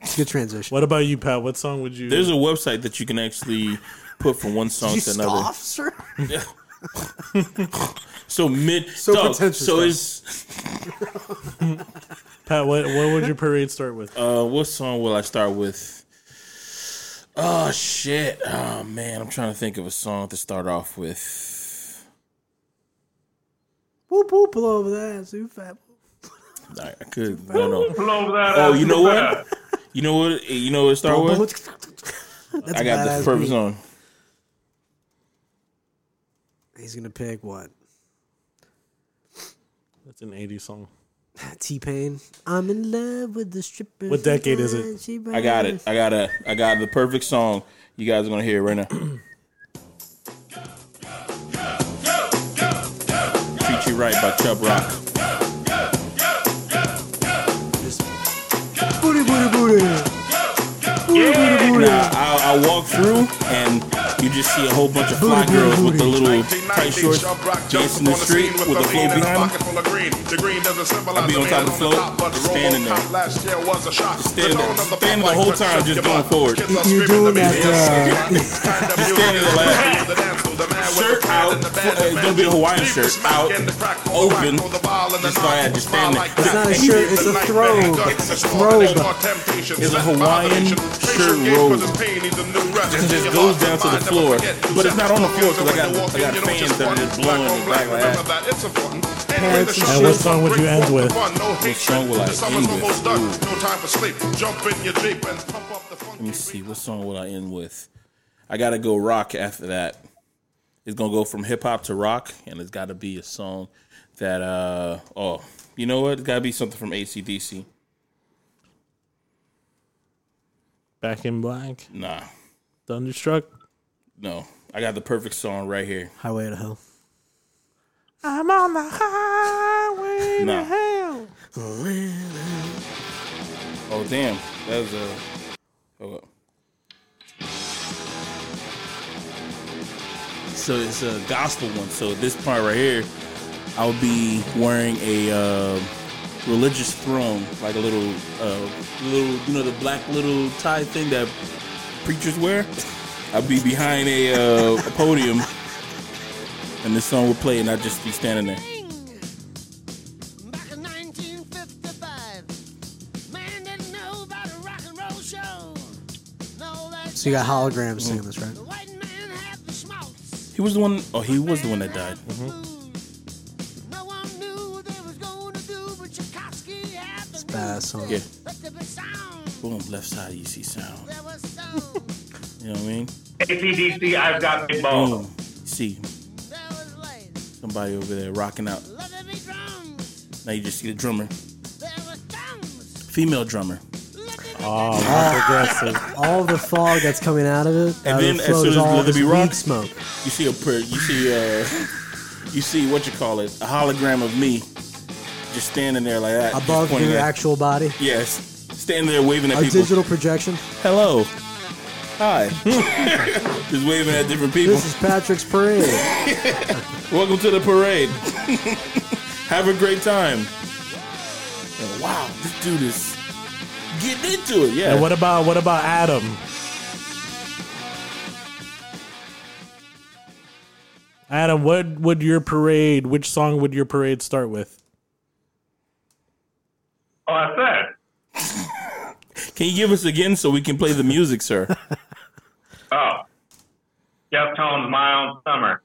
Speaker 1: It's a good transition.
Speaker 3: What about you, Pat? What song would you?
Speaker 2: there's a website that you can actually put from one song
Speaker 1: Did you
Speaker 2: to another.
Speaker 1: scoff, sir? [laughs]
Speaker 2: So mid,
Speaker 1: So
Speaker 2: so
Speaker 1: pretentious,
Speaker 2: So
Speaker 1: though.
Speaker 2: it's
Speaker 3: Pat, what, what would your parade start with?
Speaker 2: uh, what song will I start with? Oh shit! Oh man, I'm trying to think of a song to start off with.
Speaker 1: whoop whoop blow over that zoo fat.
Speaker 2: I, I could, no, no.
Speaker 4: Pull over that
Speaker 2: Oh,
Speaker 4: ass
Speaker 2: you know
Speaker 4: and
Speaker 2: what? You know what? eh, You know what it start with?
Speaker 1: That's
Speaker 2: I got
Speaker 1: badass
Speaker 2: the perfect
Speaker 1: beat.
Speaker 2: song.
Speaker 1: He's gonna pick what?
Speaker 3: That's an 80s song.
Speaker 1: T Pain. I'm in love with the stripper.
Speaker 3: What decade is it?
Speaker 2: I got it. I got a. I got the perfect song. You guys are gonna hear it right now. Treat You Right by Chub Rock.
Speaker 1: Just- Booty booty booty. Booty booty booty.
Speaker 2: Now I, I walk through and you just see a whole bunch of fly girls with the little tight shorts dancing the street with the flow behind them.
Speaker 6: I'll
Speaker 2: be on top of the float, standing there. Standing
Speaker 6: Standing
Speaker 2: there. Standing the whole time, just going forward.
Speaker 1: You're doing that, uh,
Speaker 2: Standing there laughing. Shirt out, fo- it's gonna be a Hawaiian shirt, out, open. Just like I just standing there.
Speaker 1: It's not a shirt. It's a throbe. It's a throbe.
Speaker 6: It's
Speaker 2: a Hawaian shirt robe. It just goes down to the floor. But it's not on the floor because I got, I got fans that are just blowing it back like that.
Speaker 1: Pants and
Speaker 6: And
Speaker 1: what
Speaker 3: song would you end with?
Speaker 6: What
Speaker 2: song would I end with?
Speaker 6: No time for sleep. Jump in your Jeep and pump up the
Speaker 2: Let me see. What song will I end with? I gotta go rock after that. It's gonna go from hip hop to rock, and it's gotta be a song that uh oh, you know what? It's gotta be something from ACDC.
Speaker 3: Back in Black,
Speaker 2: Nah,
Speaker 3: Thunderstruck.
Speaker 2: [laughs] no. I got the perfect song right here.
Speaker 1: Highway to Hell.
Speaker 3: I'm on the highway
Speaker 2: Nah.
Speaker 3: hell.
Speaker 2: Oh damn, that was a. oh, Hold up. it's a it's a gospel one. So this part right here, I would be wearing a uh, religious throne, like a little uh, little you know the black little tie thing that preachers wear. I'd be behind a, uh, a podium, and this song would play, and I'd just be standing there.
Speaker 7: Back in 1955, man didn't know about a rock and roll show. No, that's
Speaker 1: So you got holograms singing this,
Speaker 2: [laughs]
Speaker 1: right?
Speaker 7: The white man had the smalls.
Speaker 2: He was the one oh he was the one that died. Mm-hmm.
Speaker 7: No one knew what they was going to do, but Tchaikovsky had the
Speaker 1: Badass song.
Speaker 2: Yeah.
Speaker 7: Let there be sound.
Speaker 2: Boom, left side, you see sound.
Speaker 7: There was sound.
Speaker 1: [laughs]
Speaker 2: You know what I mean?
Speaker 4: ACDC, I've got big
Speaker 2: Boom,
Speaker 4: balls.
Speaker 2: you see
Speaker 7: there was light.
Speaker 2: somebody over there rocking out.
Speaker 7: Let there be drums.
Speaker 2: Now you just see the drummer,
Speaker 7: There was drums.
Speaker 2: female drummer.
Speaker 7: Let there be
Speaker 2: Ah,
Speaker 3: Oh, how progressive.
Speaker 1: All the fog that's coming out of it, and
Speaker 2: then as soon as Let It Be Rock-
Speaker 1: smoke.
Speaker 2: You see a per, you see uh, [laughs] you see what you call it, a hologram of me, just standing there like that, just
Speaker 1: above
Speaker 2: pointing
Speaker 1: your
Speaker 2: at-
Speaker 1: actual body.
Speaker 2: Yes, standing there waving at
Speaker 1: A
Speaker 2: people.
Speaker 1: digital projection.
Speaker 2: Hello,
Speaker 1: [laughs]
Speaker 2: hi, just waving at different people.
Speaker 1: This is Patrick's
Speaker 2: [laughs]
Speaker 1: parade.
Speaker 2: Welcome to the parade. [laughs] Have a great time. And wow, this dude is getting into it. Yeah.
Speaker 3: And what about what about Adam? Adam, what would your parade? Which song would your parade start with?
Speaker 4: Oh, that's that.
Speaker 2: Can you give us again so we can play the music, sir?
Speaker 4: Oh. Jeff Tones, My Own Summer.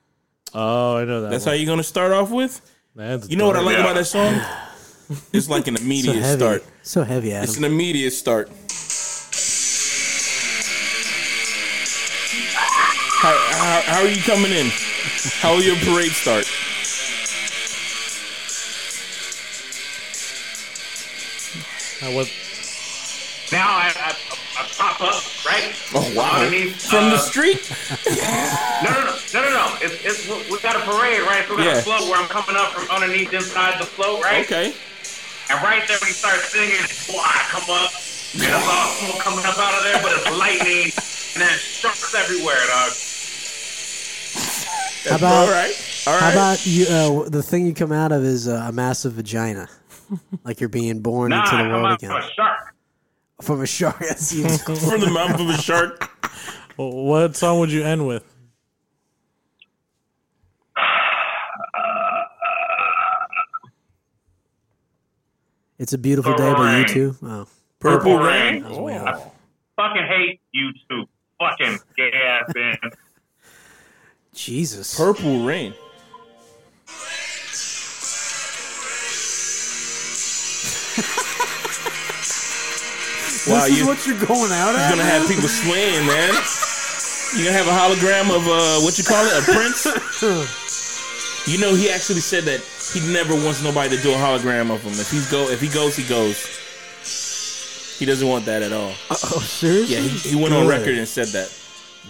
Speaker 3: Oh, I know that.
Speaker 2: That's how
Speaker 3: one.
Speaker 2: you're gonna start off with.
Speaker 3: That's
Speaker 2: You know what I like
Speaker 4: Yeah.
Speaker 2: about that song? It's like
Speaker 1: [laughs]
Speaker 2: an
Speaker 1: So
Speaker 2: immediate
Speaker 1: heavy.
Speaker 2: start.
Speaker 1: So heavy,
Speaker 2: It's
Speaker 1: Adam.
Speaker 2: an immediate start. How, how, how are you coming in? How will your parade start?
Speaker 3: Now what-
Speaker 4: Now I, I, I pop up, right?
Speaker 2: Oh wow!
Speaker 4: Underneath,
Speaker 2: From the
Speaker 4: uh,
Speaker 2: street?
Speaker 4: No, no, no, no, no, no. It's, it's, we- we got a parade, right? So we got
Speaker 2: Yeah.
Speaker 4: a float where I'm coming up from underneath inside the float, right?
Speaker 2: Okay.
Speaker 4: And right there, we start singing. Boy, I come up. And it's all smoke coming up out of there, but it's lightning. And then sharks everywhere, dog.
Speaker 1: How about,
Speaker 2: All right. All right.
Speaker 1: how about you? Uh, the thing you come out of is uh, a massive
Speaker 2: [laughs]
Speaker 1: vagina, like you're being born
Speaker 4: Nah,
Speaker 1: into
Speaker 4: I
Speaker 1: the
Speaker 4: come
Speaker 1: world
Speaker 4: out from
Speaker 1: again
Speaker 4: a shark.
Speaker 1: from a shark. [laughs] That's you.
Speaker 4: [laughs]
Speaker 2: From the mouth of a shark.
Speaker 3: what song would you end with?
Speaker 1: It's a beautiful day, but you
Speaker 4: Alright.
Speaker 1: too. Oh,
Speaker 2: Purple rain.
Speaker 1: that's way
Speaker 2: Oh.
Speaker 1: off.
Speaker 4: Fucking hate you two. Fucking gay ass man.
Speaker 1: Jesus.
Speaker 2: Purple rain. wow,
Speaker 1: this is
Speaker 2: you,
Speaker 1: what you're going out
Speaker 2: You're
Speaker 1: at.
Speaker 2: gonna have people swaying, man. You're gonna have a hologram of uh, what you call it, a prince. You know, he actually said that he never wants nobody to do a hologram of him. If he go, if he goes, he goes. He doesn't want that at all.
Speaker 1: [laughs] oh, seriously?
Speaker 2: Yeah, he, he went on
Speaker 1: Good.
Speaker 2: record and said that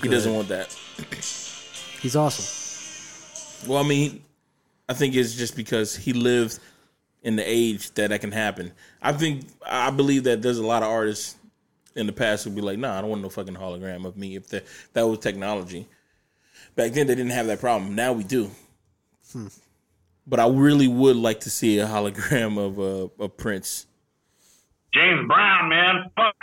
Speaker 2: he doesn't want that.
Speaker 1: He's awesome.
Speaker 2: Well, I mean, I think it's just because he lived in the age that that can happen. I think I believe that there's a lot of artists in the past would be like, "Nah, I don't want no fucking hologram of me." If that that was technology back then, they didn't have that problem. Now we do. But I really would like to see a hologram of uh, a Prince.
Speaker 4: James Brown, man. Fuck.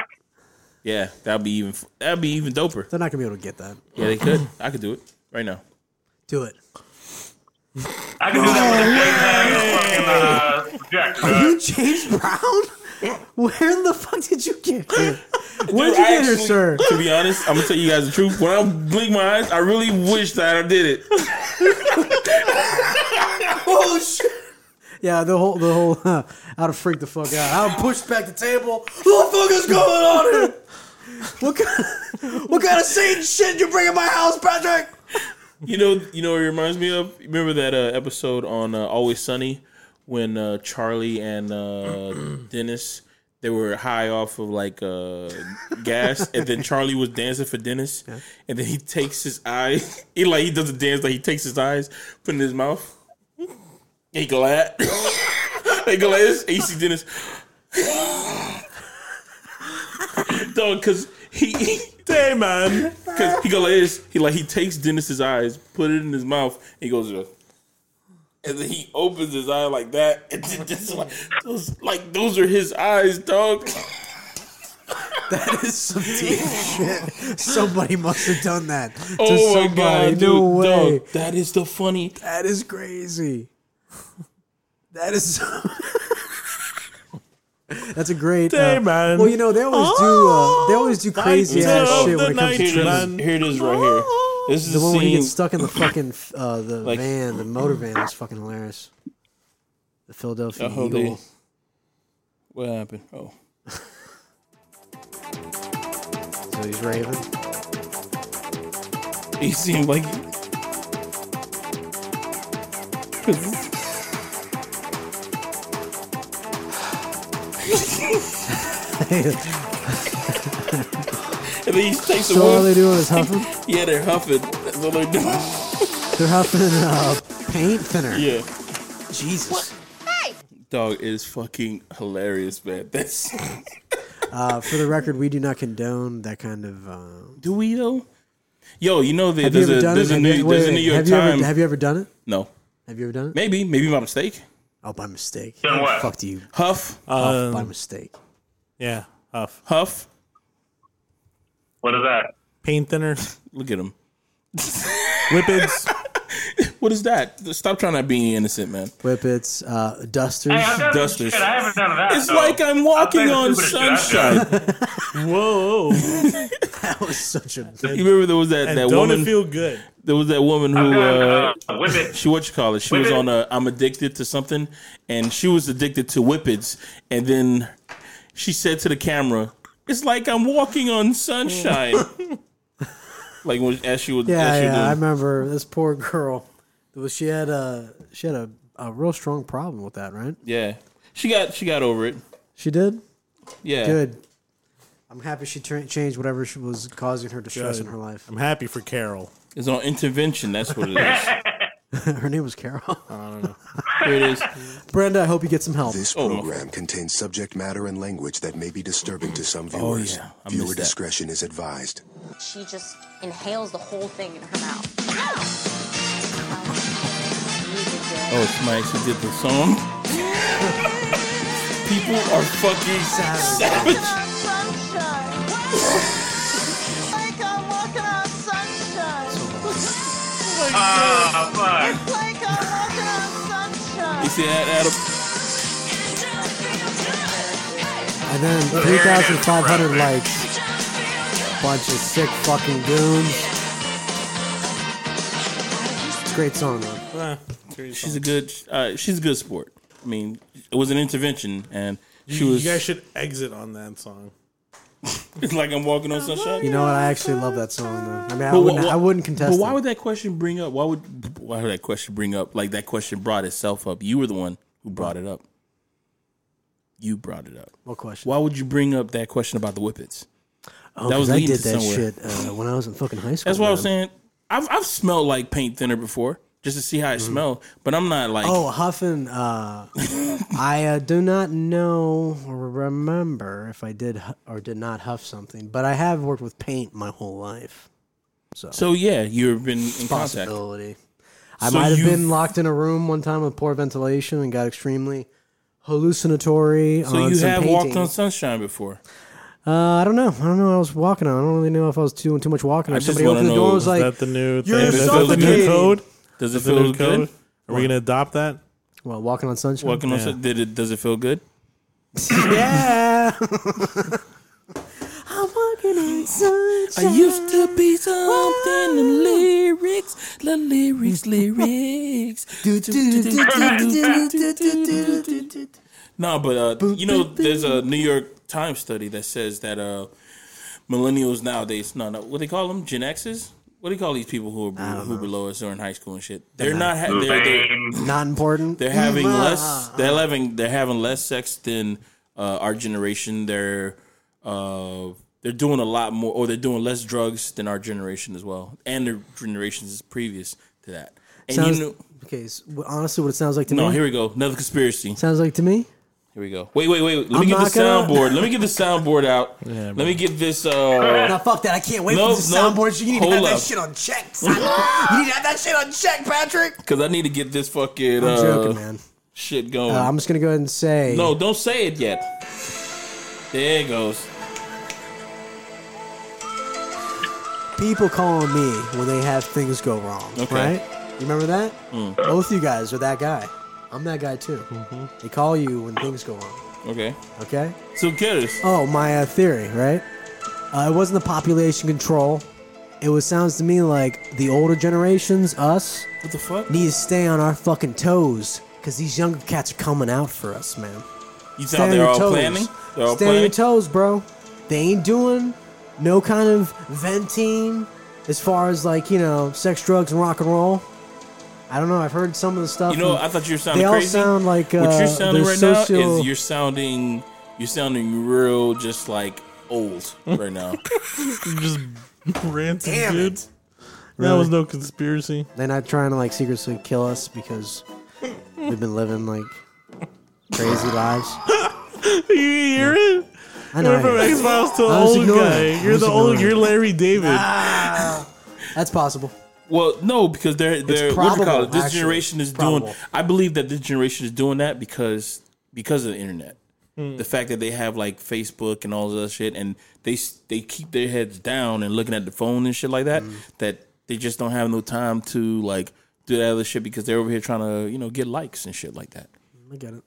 Speaker 2: Yeah, that'd be even that'd be even doper.
Speaker 1: They're not gonna be able to get that.
Speaker 2: Yeah, they could. I could do it right now.
Speaker 1: Do it.
Speaker 4: I can do that with a fucking uh, projector, dog.
Speaker 1: You James Brown? Where in the fuck did you get her? Where'd
Speaker 2: Dude,
Speaker 1: you
Speaker 2: I
Speaker 1: get her,
Speaker 2: actually-
Speaker 1: sir?
Speaker 2: To be honest, I'm gonna tell you guys the truth. When I blink my eyes, I really wish that I
Speaker 1: [laughs]
Speaker 2: did it.
Speaker 1: Oh shit! [laughs] Yeah, the whole the whole [laughs] uh, how to freak the fuck out. How pushed back the table. What the fuck is going on here? What kind, what kind of Satan shit you bring in my house, Patrick?
Speaker 2: You know, you know, what it reminds me of. Remember that uh, episode on uh, Always Sunny when uh, Charlie and uh, [clears throat] Dennis they were high off of like uh, gas, and then Charlie was dancing for Dennis, and then he takes his eye, [laughs] he like he does a dance, like he takes his eyes, put in his mouth, he go like that, [laughs] he go like this, and you see Dennis, dog, because he.
Speaker 3: Hey man,
Speaker 2: Cause he go like this. He like he takes Dennis's eyes, put it in his mouth, and he goes, uh, and then he opens his eye like that, and then [laughs] just like those, like those are his eyes, dog.
Speaker 1: [laughs] That is [laughs] some deep shit. Somebody must have done that to
Speaker 2: Oh my
Speaker 1: somebody.
Speaker 2: god, dude,
Speaker 1: no way.
Speaker 2: dog, that is the funny.
Speaker 1: That is crazy. That is. [laughs] That's a great. uh,
Speaker 3: Hey, man.
Speaker 1: Well, you know they always do. Uh, they always do crazy
Speaker 3: Night
Speaker 1: ass
Speaker 3: of
Speaker 1: shit when
Speaker 3: the
Speaker 1: it comes
Speaker 3: night,
Speaker 1: to
Speaker 2: Here
Speaker 1: trimming.
Speaker 2: it is, here it is right here. This is
Speaker 1: The
Speaker 2: the,
Speaker 1: one where he
Speaker 2: scene.
Speaker 1: gets stuck in the fucking uh, the
Speaker 2: Like-
Speaker 1: van, the motor van is fucking hilarious. The Philadelphia
Speaker 2: Oh,
Speaker 1: Eagle.
Speaker 2: they- What happened? Oh,
Speaker 1: So he's raving.
Speaker 2: [laughs] he seemed like. And then he takes
Speaker 1: so all
Speaker 2: the
Speaker 1: they doing is huffing.
Speaker 2: one. Yeah, they're huffing. That's all they're doing. [laughs]
Speaker 1: They're huffing uh, paint thinner.
Speaker 2: Yeah.
Speaker 1: Jesus.
Speaker 2: Dog is fucking hilarious, man. That's
Speaker 1: Uh, for the record, we do not condone that kind of. Uh,
Speaker 2: do we though? Yo, you know there,
Speaker 1: have you
Speaker 2: there's
Speaker 1: ever
Speaker 2: a
Speaker 1: done
Speaker 2: there's
Speaker 1: it?
Speaker 2: a
Speaker 1: Have
Speaker 2: new
Speaker 1: you- wait,
Speaker 2: there's a New
Speaker 1: wait,
Speaker 2: York
Speaker 1: have you ever-
Speaker 2: Times.
Speaker 1: Have you ever done it?
Speaker 2: no,
Speaker 1: Have you ever done it?
Speaker 2: maybe maybe by mistake.
Speaker 1: Oh, by mistake.
Speaker 4: Done what?
Speaker 1: Fuck you.
Speaker 2: Huff,
Speaker 1: Oh, by mistake.
Speaker 3: Yeah, huff.
Speaker 2: huff.
Speaker 4: What is that?
Speaker 3: Pain thinner,
Speaker 2: Look at him.
Speaker 3: [laughs] whippets.
Speaker 2: What is that? Stop trying to be innocent, man.
Speaker 1: Whippets, uh, dusters.
Speaker 4: Hey, I've done
Speaker 2: Dusters.
Speaker 4: Shit, I haven't done that.
Speaker 2: It's
Speaker 4: though.
Speaker 2: like I'm
Speaker 4: I'll
Speaker 2: walking
Speaker 4: tell you
Speaker 2: on
Speaker 4: the stupidest shit I've done.
Speaker 2: sunshine.
Speaker 1: [laughs]
Speaker 3: Whoa,
Speaker 1: that was such a.
Speaker 2: you remember there was that,
Speaker 3: and
Speaker 2: that
Speaker 3: don't
Speaker 2: woman
Speaker 3: it feel good?
Speaker 2: there was that woman
Speaker 4: I've
Speaker 2: who uh,
Speaker 4: done, [laughs] uh, Whippet.
Speaker 2: she what you call it? She was
Speaker 4: Whippet.
Speaker 2: on a I'm addicted to something, and she was addicted to whippets, and then she said to the camera, "It's like I'm walking
Speaker 1: [laughs]
Speaker 2: on sunshine." like when as she was,
Speaker 1: Yeah,
Speaker 2: as she
Speaker 1: yeah. I
Speaker 2: did.
Speaker 1: remember this poor girl. There was- She had a she had a, a real strong problem with that, right?
Speaker 2: yeah. She got she got over it.
Speaker 1: She did
Speaker 2: Yeah,
Speaker 1: good. I'm happy she tra- changed whatever she was causing her distress in her life.
Speaker 3: I'm happy for Carol.
Speaker 2: It's on intervention. That's what it is.
Speaker 1: [laughs] her name was
Speaker 2: [laughs]
Speaker 1: Carol.
Speaker 2: Oh. Here it is.
Speaker 1: Brenda, I hope you get some help.
Speaker 8: This
Speaker 2: Oh, my
Speaker 8: program contains subject matter and language that may be disturbing to some viewers.
Speaker 2: yeah. I missed
Speaker 8: Viewer
Speaker 2: that.
Speaker 8: discretion is advised.
Speaker 9: She just inhales the whole thing in her mouth.
Speaker 2: Oh, somebody actually did the song. [laughs] People are fucking savage.
Speaker 7: [laughs] Oh,
Speaker 4: Ah, fuck.
Speaker 2: You see that, Adam?
Speaker 1: And then 3,500 likes. Bunch of sick fucking goons. It's a great song, though.
Speaker 2: She's a good. Uh, she's a good sport. I mean, it was an intervention, and she
Speaker 3: you,
Speaker 2: was
Speaker 3: you guys should exit on that song.
Speaker 2: [laughs] It's like I'm walking on sunshine.
Speaker 1: You know what? I actually love that song, though. I mean, I,
Speaker 2: But wh-
Speaker 1: wouldn't,
Speaker 2: wh-
Speaker 1: I wouldn't contest
Speaker 2: But why
Speaker 1: it.
Speaker 2: would that question bring up? Why would why would that question bring up? Like that question brought itself up. You were the one who brought it up. You brought it up.
Speaker 1: What question?
Speaker 2: Why would you bring up that question about the whippets?
Speaker 1: Oh,
Speaker 2: that
Speaker 1: 'cause
Speaker 2: was
Speaker 1: I
Speaker 2: leading
Speaker 1: did
Speaker 2: to
Speaker 1: that
Speaker 2: somewhere.
Speaker 1: shit uh, when I was in fucking high school.
Speaker 2: That's what I was
Speaker 1: man.
Speaker 2: saying. I've I've smelled like paint thinner before just to see how it smelled, but I'm not like
Speaker 1: Mm-hmm. Oh, huffing. Uh, I uh, do not know or remember if I did hu- or did not huff something, but I have worked with paint my whole life.
Speaker 2: So yeah, you've been in contact.
Speaker 1: possibility. I
Speaker 2: So
Speaker 1: might have
Speaker 2: you've-
Speaker 1: been locked in a room one time with poor ventilation and got extremely hallucinatory.
Speaker 2: So
Speaker 1: on
Speaker 2: you
Speaker 1: some
Speaker 2: have walked on
Speaker 1: paintings.
Speaker 2: sunshine before.
Speaker 1: Uh, I don't know. I don't know. what I was walking on. I don't really know if I was doing too much walking. Or
Speaker 2: just
Speaker 1: somebody
Speaker 2: wanna
Speaker 1: opened the door.
Speaker 2: know,
Speaker 1: and was
Speaker 2: is
Speaker 1: like,
Speaker 3: that the new
Speaker 1: "You're
Speaker 3: thing? Is that the new
Speaker 1: suffocating."
Speaker 3: code?
Speaker 2: Does it
Speaker 3: The new
Speaker 2: feel good?
Speaker 3: code? Are we gonna adopt that?
Speaker 1: "Well, walking on sunshine." [laughs]
Speaker 2: Walking on sun- did it? Does it feel good?
Speaker 1: yeah. [laughs] I'm walking on sunshine.
Speaker 2: I used to be something in lyrics, the lyrics, [laughs] lyrics. no, but uh, you know, there's a New York Times study that says that uh, millennials nowadays, no, no, what they call them, Gen Xs. What do you call these people who are who below us or in high school and shit? They're not. Ha- they're, they're,
Speaker 4: Lame.
Speaker 1: Not important.
Speaker 2: they're having less. They're having. They're having less sex than uh, our generation. They're. Uh, they're doing a lot more, or they're doing less drugs than our generation as well, and their generations previous to that. And
Speaker 1: Sounds,
Speaker 2: you know,
Speaker 1: okay. So, honestly, what it sounds like to
Speaker 2: no,
Speaker 1: me
Speaker 2: here we go. Another conspiracy.
Speaker 1: sounds like to me.
Speaker 2: Here we go. Wait, wait, wait. Let me
Speaker 1: I'm
Speaker 2: get the
Speaker 1: not gonna-
Speaker 2: soundboard. Let me get the soundboard out.
Speaker 3: [laughs] Yeah,
Speaker 2: Let
Speaker 3: bro.
Speaker 2: me get
Speaker 1: [laughs]
Speaker 2: this. Uh,
Speaker 1: Now fuck that! I can't wait
Speaker 2: Nope,
Speaker 1: for this
Speaker 2: nope.
Speaker 1: soundboard. You need to
Speaker 2: Hold
Speaker 1: have that
Speaker 2: up.
Speaker 1: shit on check. son. you need to have that shit on check, Patrick.
Speaker 2: [laughs] Because I need to get this fucking
Speaker 1: I'm
Speaker 2: uh,
Speaker 1: joking, man.
Speaker 2: shit going.
Speaker 1: Uh, I'm just gonna go ahead and say
Speaker 2: no, don't say it yet. There it goes.
Speaker 1: people calling me when they have things go wrong.
Speaker 2: Okay. Mm.
Speaker 1: Right? You remember that? Both you guys are that guy. I'm that guy too. They call you when things go wrong.
Speaker 2: Okay.
Speaker 1: Okay.
Speaker 2: So, Curtis.
Speaker 1: Oh, my uh, theory, right? Uh, it wasn't the population control. It was sounds to me like the older generations, us,
Speaker 3: What the fuck?
Speaker 1: need to stay on our fucking toes because these younger cats are coming out for us, man.
Speaker 2: You
Speaker 1: Stay on
Speaker 2: thought they
Speaker 1: your
Speaker 2: were all
Speaker 1: toes.
Speaker 2: planning? They're all
Speaker 1: Stay on your
Speaker 2: planning?
Speaker 1: toes, bro. They ain't doing no kind of venting as far as like you know sex, drugs, and rock and roll. I don't know. I've heard some of the stuff.
Speaker 2: You know,
Speaker 1: and
Speaker 2: I thought you were
Speaker 1: they
Speaker 2: sounding
Speaker 1: all
Speaker 2: crazy.
Speaker 1: sound like uh,
Speaker 2: what you're sounding
Speaker 1: they're
Speaker 2: right now
Speaker 1: social-
Speaker 2: is you're sounding you're sounding real just like old
Speaker 1: [laughs]
Speaker 2: right now.
Speaker 3: just ranting,
Speaker 1: Damn
Speaker 3: dude.
Speaker 1: it.
Speaker 3: That was no conspiracy. [laughs]
Speaker 1: They're not trying to like secretly kill us because we've been living like crazy lives.
Speaker 3: you hear it?
Speaker 1: I
Speaker 3: You're from
Speaker 1: know.
Speaker 3: X Files to
Speaker 1: I was
Speaker 3: old
Speaker 1: ignoring
Speaker 3: guy.
Speaker 1: it. I
Speaker 3: You're
Speaker 1: was
Speaker 3: the old.
Speaker 1: ignoring
Speaker 3: You're Larry David.
Speaker 1: That's possible.
Speaker 2: well, no, because they're they're what do you call
Speaker 1: probable,
Speaker 2: it? This
Speaker 1: actually.
Speaker 2: generation is
Speaker 1: Probable.
Speaker 2: doing. I believe that this generation is doing that because because of the internet.
Speaker 1: Hmm.
Speaker 2: The fact that they have like Facebook and all this other shit, and they s- they keep their heads down and looking at the phone and shit like that.
Speaker 1: Hmm.
Speaker 2: That they just don't have no time to like do that other shit because they're over here trying to you know get likes and shit like that.
Speaker 1: I get it.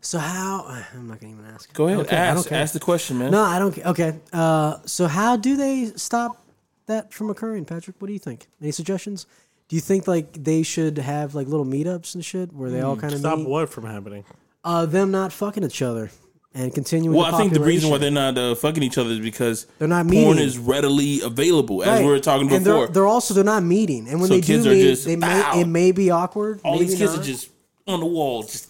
Speaker 1: So how? [sighs] I'm not gonna even ask.
Speaker 2: Go ahead,
Speaker 1: Okay, I don't
Speaker 2: ask
Speaker 1: care.
Speaker 2: ask the question, man.
Speaker 1: No, I don't. ca- Okay. Uh, so how do they stop that from occurring, Patrick? What do you think? Any suggestions? Do you think like they should have like little meetups and shit where they all kind of
Speaker 3: Hmm, Stop
Speaker 1: meet?
Speaker 3: what from happening?
Speaker 1: Uh, them not fucking each other and continuing.
Speaker 2: Well,
Speaker 1: the
Speaker 2: I think the reason why
Speaker 1: population.
Speaker 2: they're not uh, fucking each other is because
Speaker 1: They're not
Speaker 2: porn
Speaker 1: meeting.
Speaker 2: is readily available, as
Speaker 1: Right.
Speaker 2: we were talking
Speaker 1: And they're-
Speaker 2: before.
Speaker 1: they're, also they're not meeting, and when
Speaker 2: So
Speaker 1: they do
Speaker 2: kids are
Speaker 1: meet,
Speaker 2: just,
Speaker 1: they
Speaker 2: "Ow."
Speaker 1: may it may be awkward.
Speaker 2: All these
Speaker 1: maybe
Speaker 2: kids are
Speaker 1: not.
Speaker 2: just on the wall, just.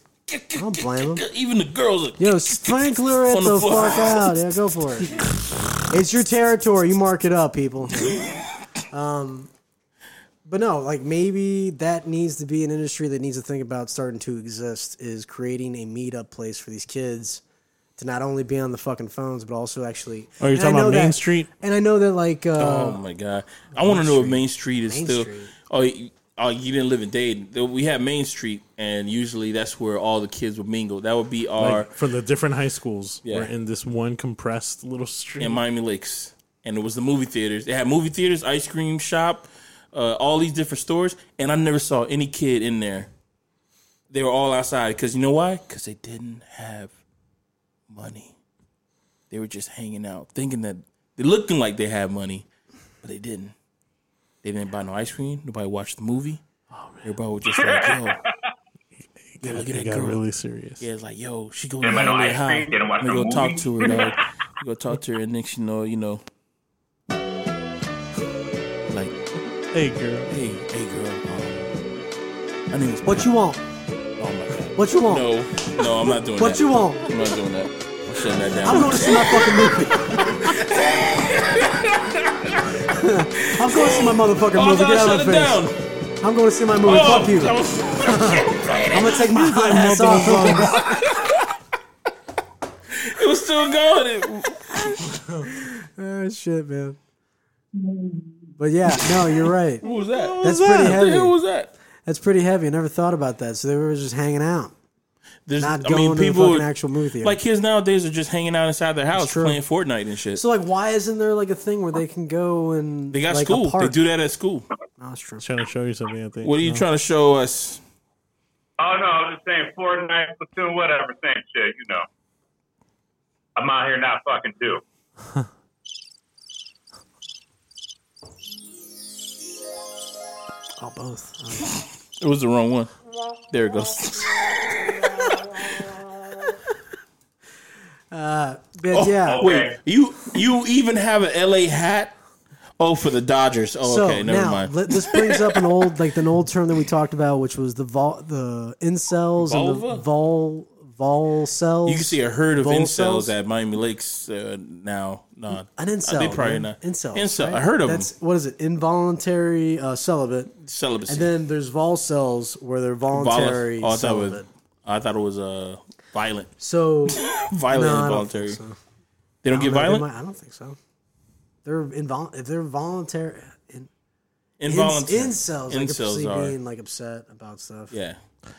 Speaker 1: don't blame 'em.
Speaker 2: Even the girls are.
Speaker 1: Yo,
Speaker 2: [laughs]
Speaker 1: sprinkler it
Speaker 2: On the
Speaker 1: the
Speaker 2: floor.
Speaker 1: fuck out. Yeah, go for it. It's your territory. You mark it up, people. Um, but no, like maybe that needs to be an industry that needs to think about starting to exist is creating a meetup place for these kids to not only be on the fucking phones but also actually.
Speaker 3: Oh, you're
Speaker 1: and I
Speaker 3: talking
Speaker 1: know
Speaker 3: about Main
Speaker 1: that-
Speaker 3: Street?
Speaker 1: And I know that like uh,
Speaker 2: [laughs] Oh my god! I want to know if Main Street is
Speaker 1: Main
Speaker 2: still.
Speaker 1: Street.
Speaker 2: Oh, you, oh, you didn't live in Dade. We had Main Street, and usually that's where all the kids would mingle. That would be our
Speaker 3: Like, from the different high schools,
Speaker 2: Yeah.
Speaker 3: we're in this one compressed little street.
Speaker 2: in Miami Lakes, and it was the movie theaters. They had movie theaters, ice cream shop, uh, all these different stores, and I never saw any kid in there. They were all outside because you know why? Because they didn't have money. They were just hanging out, thinking that they looking like they had money, but they didn't. They didn't buy no ice cream. Nobody watched the movie.
Speaker 3: Oh,
Speaker 2: Everybody was
Speaker 3: [laughs]
Speaker 2: just like, "Yo, yeah, look at
Speaker 3: it
Speaker 2: that
Speaker 3: got
Speaker 2: girl."
Speaker 3: really serious.
Speaker 2: Yeah, it's like, yo, she goes
Speaker 4: Everybody
Speaker 2: down
Speaker 4: on
Speaker 2: there
Speaker 4: ice
Speaker 2: high.
Speaker 4: cream, they don't watch
Speaker 2: We
Speaker 4: no
Speaker 2: go talk
Speaker 4: movie.
Speaker 2: to her,
Speaker 4: [laughs]
Speaker 2: dog. We go talk to her, and next you know, you know, like,
Speaker 3: Hey, girl.
Speaker 2: hey, hey, girl, um, I knew it was
Speaker 1: what you want,
Speaker 2: Oh my god.
Speaker 1: what you want,
Speaker 2: No, no, I'm not doing
Speaker 1: what
Speaker 2: that.
Speaker 1: you want.
Speaker 2: I'm not doing that. I'm shutting that down.
Speaker 1: I'm going to see my fucking movie.
Speaker 2: [laughs]
Speaker 1: I'm going to see my motherfucking
Speaker 2: oh, I
Speaker 1: movie.
Speaker 2: thought I
Speaker 1: Get out of
Speaker 2: shut it
Speaker 1: my face.
Speaker 2: down.
Speaker 1: I'm going to see my movie.
Speaker 2: Oh,
Speaker 1: Fuck you.
Speaker 2: that was-
Speaker 1: I'm gonna take my hot ass off. [laughs]
Speaker 2: [laughs] it was still going. It-
Speaker 1: oh shit, man. But yeah, no, you're right.
Speaker 2: what was that?
Speaker 1: That's pretty
Speaker 2: What the hell
Speaker 1: heavy.
Speaker 2: was that?
Speaker 1: That's pretty heavy. I never thought about that. So they were just hanging out,
Speaker 2: There's,
Speaker 1: not going to the fucking actual movie theater.
Speaker 2: like kids nowadays are just hanging out inside their house
Speaker 1: true.
Speaker 2: playing Fortnite and shit.
Speaker 1: so like, why isn't there like a thing where they can go and
Speaker 2: they got
Speaker 1: like,
Speaker 2: school.
Speaker 1: A park?
Speaker 2: They do that at school.
Speaker 1: Oh, that's
Speaker 2: [laughs]
Speaker 1: true.
Speaker 3: Trying to show you something, I think.
Speaker 2: What are you
Speaker 3: No.
Speaker 2: trying to show us?
Speaker 4: Oh no, I'm just saying Fortnite, Platoon, whatever, same shit, you know. I'm out here not fucking too.
Speaker 1: Oh, both. Oh.
Speaker 2: It was the wrong one. There it goes.
Speaker 1: But
Speaker 2: Oh,
Speaker 1: yeah.
Speaker 2: [laughs] Wait, you you even have an LA hat? Oh, for the Dodgers. Oh,
Speaker 1: So
Speaker 2: okay, never
Speaker 1: now
Speaker 2: mind.
Speaker 1: let- this brings up
Speaker 2: [laughs]
Speaker 1: an old like an old term that we talked about, which was the vol the incels and the
Speaker 2: Vulva?
Speaker 1: vol vol cells.
Speaker 2: you can see a herd of
Speaker 1: Vol
Speaker 2: incels
Speaker 1: cells?
Speaker 2: at Miami Lakes uh, now. Nah, Uh,
Speaker 1: An incel.
Speaker 2: they probably
Speaker 1: man.
Speaker 2: not
Speaker 1: Incel.
Speaker 2: Incel.
Speaker 1: right?
Speaker 2: I heard of
Speaker 1: That's,
Speaker 2: them.
Speaker 1: What is it? Involuntary uh, celibate.
Speaker 2: Celibacy.
Speaker 1: And then there's vol cells where they're voluntary
Speaker 2: Volu- oh, I thought it was-
Speaker 1: celibate.
Speaker 2: I thought it was uh, violent,
Speaker 1: So
Speaker 2: violent,
Speaker 1: No, I don't
Speaker 2: involuntary.
Speaker 1: think so.
Speaker 2: They don't get
Speaker 1: No, they
Speaker 2: violent.
Speaker 1: might- I don't think so. They're invol- if they're voluntary in-
Speaker 2: Involuntary.
Speaker 1: incels, I could
Speaker 2: Incels
Speaker 1: see
Speaker 2: are.
Speaker 1: being like upset about stuff.
Speaker 2: yeah, you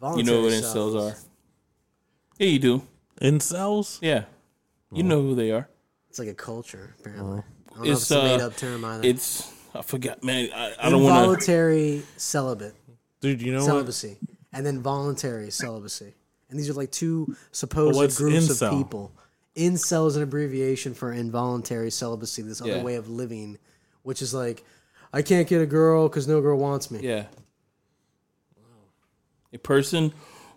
Speaker 1: Voluntary
Speaker 2: know what
Speaker 1: stuff.
Speaker 2: incels are. Yeah, you do.
Speaker 3: Incels?
Speaker 2: Yeah, you know who they are.
Speaker 1: It's like a culture apparently. I don't know if
Speaker 2: It's
Speaker 1: it's a made
Speaker 2: uh,
Speaker 1: up term either.
Speaker 2: it's I forgot, man. I, I don't want to.
Speaker 1: Involuntary celibate
Speaker 3: Dude, you know what?
Speaker 1: celibacy, and then voluntary celibacy, and these are like two supposed
Speaker 3: But what's
Speaker 1: groups
Speaker 3: incel?
Speaker 1: of people. Incel is an abbreviation for involuntary celibacy. This other
Speaker 2: Yeah.
Speaker 1: way of living, which is like, I can't get a girl because no girl wants me.
Speaker 2: Yeah, a person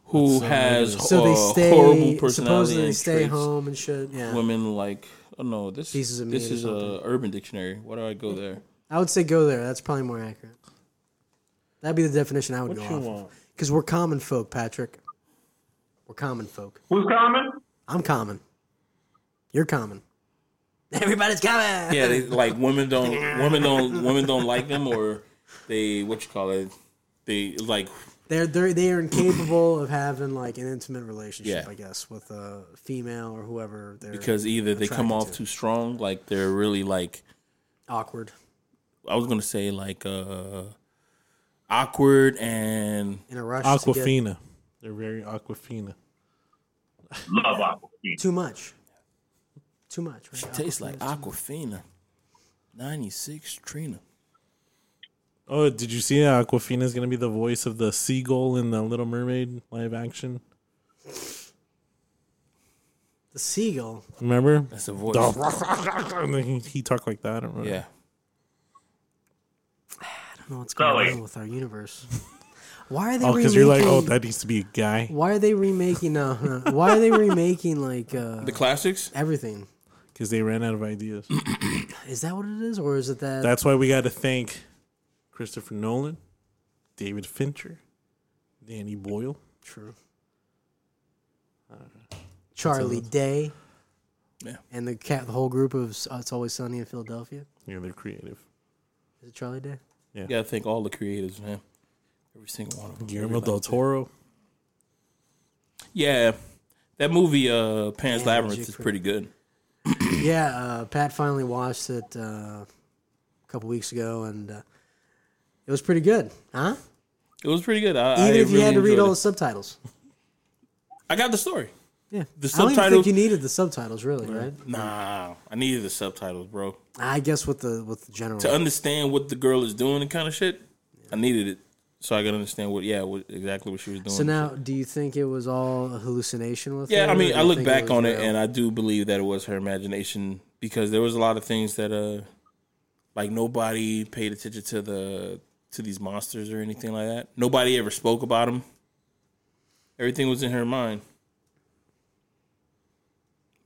Speaker 2: who has
Speaker 1: So they
Speaker 2: [laughs] uh,
Speaker 1: stay.
Speaker 2: horrible personality
Speaker 1: supposedly they
Speaker 2: and
Speaker 1: stay
Speaker 2: traits.
Speaker 1: home and shit. Yeah.
Speaker 2: Women like oh no, this
Speaker 1: Pieces of meat
Speaker 2: this
Speaker 1: or
Speaker 2: is a
Speaker 1: something.
Speaker 2: Urban Dictionary. Why do I go there?
Speaker 1: I would say go there. That's probably more accurate. That'd be the definition I would go off Because we're common folk, Patrick. We're common folk.
Speaker 4: Who's coming?
Speaker 1: I'm common. You're common. [laughs] Everybody's common.
Speaker 2: [laughs] Yeah, they, like women don't women don't women don't like them or they what you call it? They like
Speaker 1: They're they're they are incapable of having like an intimate relationship,
Speaker 2: Yeah.
Speaker 1: I guess, with a female or whoever. They're
Speaker 2: because either they come
Speaker 1: Attracted
Speaker 2: off
Speaker 1: to.
Speaker 2: too strong, like they're really like
Speaker 1: awkward,
Speaker 2: I was gonna say like uh awkward and
Speaker 1: in a rush, to get
Speaker 3: Aquafina. They're very Aquafina.
Speaker 4: Love Aquafina.
Speaker 1: too much, too much. Right?
Speaker 2: tastes like Aquafina. Ninety six Trina.
Speaker 3: Oh, did you see that Aquafina is going to be the voice of the seagull in the Little Mermaid live action?
Speaker 1: the seagull.
Speaker 3: Remember?
Speaker 2: That's a voice.
Speaker 3: And then he- he talked like that. Or
Speaker 2: Yeah.
Speaker 1: I don't know what's going
Speaker 4: Sully.
Speaker 1: on with our universe. Why are they?
Speaker 3: Oh, because you're like,
Speaker 1: remaking-
Speaker 3: oh, that needs to be a guy.
Speaker 1: Why are they remaking? No, no. why are they remaking like uh,
Speaker 2: The classics?
Speaker 1: everything?
Speaker 3: Because they ran out of ideas.
Speaker 1: Is that what it is, or is it that?
Speaker 3: That's why we got to thank Christopher Nolan, David Fincher, Danny Boyle.
Speaker 1: True. Charlie Day.
Speaker 2: Yeah.
Speaker 1: And the cat, the whole group of S- uh, It's Always Sunny in Philadelphia.
Speaker 3: Yeah, they're creative.
Speaker 1: Is it Charlie Day?
Speaker 2: You gotta thank all the creatives, man. Every single one of them.
Speaker 3: Guillermo del Toro.
Speaker 2: Yeah. That movie uh Pan's
Speaker 1: Yeah,
Speaker 2: Labyrinth
Speaker 1: Jig
Speaker 2: is
Speaker 1: Crew.
Speaker 2: pretty good.
Speaker 1: Yeah, uh, Pat finally watched it uh, a couple weeks ago, and uh, it was pretty good, huh?
Speaker 2: It was pretty good. I,
Speaker 1: Even
Speaker 2: I
Speaker 1: if you
Speaker 2: really
Speaker 1: had to read
Speaker 2: enjoyed
Speaker 1: all
Speaker 2: it.
Speaker 1: the subtitles.
Speaker 2: I got the story.
Speaker 1: Yeah,
Speaker 2: The
Speaker 1: I don't even think
Speaker 2: subtitles-
Speaker 1: you needed the subtitles, really, right?
Speaker 2: Nah, I needed the subtitles, bro.
Speaker 1: I guess with the with the general.
Speaker 2: To understand what the girl is doing and kind of shit, I needed it so I could understand what, yeah, what, exactly what she was doing.
Speaker 1: so now, do you think it was all a hallucination with?
Speaker 2: yeah,
Speaker 1: her,
Speaker 2: I
Speaker 1: or
Speaker 2: mean,
Speaker 1: do
Speaker 2: I
Speaker 1: you
Speaker 2: look
Speaker 1: think
Speaker 2: back
Speaker 1: was
Speaker 2: on it
Speaker 1: real?
Speaker 2: and I do believe that it was her imagination because there was a lot of things that, uh, like nobody paid attention to the to these monsters or anything like that. Nobody ever spoke about them. Everything was in her mind.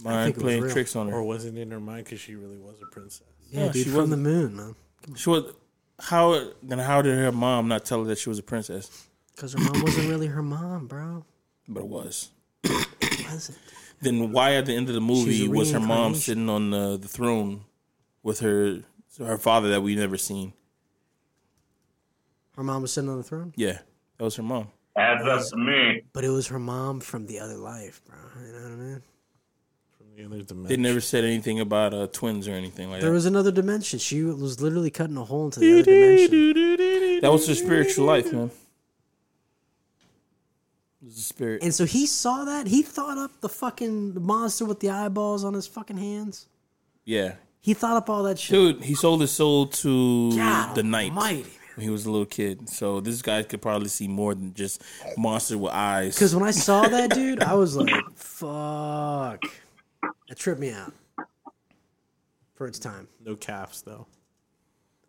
Speaker 2: Mind
Speaker 1: think it was
Speaker 2: playing
Speaker 1: real. Oh.
Speaker 2: tricks on her.
Speaker 3: Or was it in her mind because she really was a princess?
Speaker 1: yeah,
Speaker 2: no,
Speaker 1: dude,
Speaker 2: oh, she
Speaker 1: from the
Speaker 2: wasn't-
Speaker 1: moon, man.
Speaker 2: She was how then how did her mom not tell her that she was a princess?
Speaker 1: Because her mom wasn't really her mom, bro.
Speaker 2: But it was.
Speaker 1: Was it?
Speaker 2: Then why at the end of the movie
Speaker 1: She's a
Speaker 2: was her mom
Speaker 1: reincarnation.
Speaker 2: sitting on the, the throne with her her father that we never seen?
Speaker 1: Her mom was sitting on the throne,
Speaker 2: Yeah. That was her mom.
Speaker 4: Adds up to me.
Speaker 1: but it was her mom from the other life, bro. You know what I mean?
Speaker 3: From the other dimension.
Speaker 2: They never said anything about uh, twins or anything like
Speaker 1: There
Speaker 2: that.
Speaker 1: was another dimension. She was literally cutting a hole into the other dimension.
Speaker 2: that was her spiritual life, man. It was the spirit.
Speaker 1: And so he saw that. He thought up the fucking monster with the eyeballs on his fucking hands.
Speaker 2: Yeah.
Speaker 1: He thought up all that shit.
Speaker 2: Dude, he sold his soul to
Speaker 1: God
Speaker 2: the night.
Speaker 1: almighty, man.
Speaker 2: When he was a little kid. So this guy could probably see more than just monster with eyes.
Speaker 1: Because when I saw that dude, I was like, "Fuck!" That tripped me out. For its time,
Speaker 3: No calves though.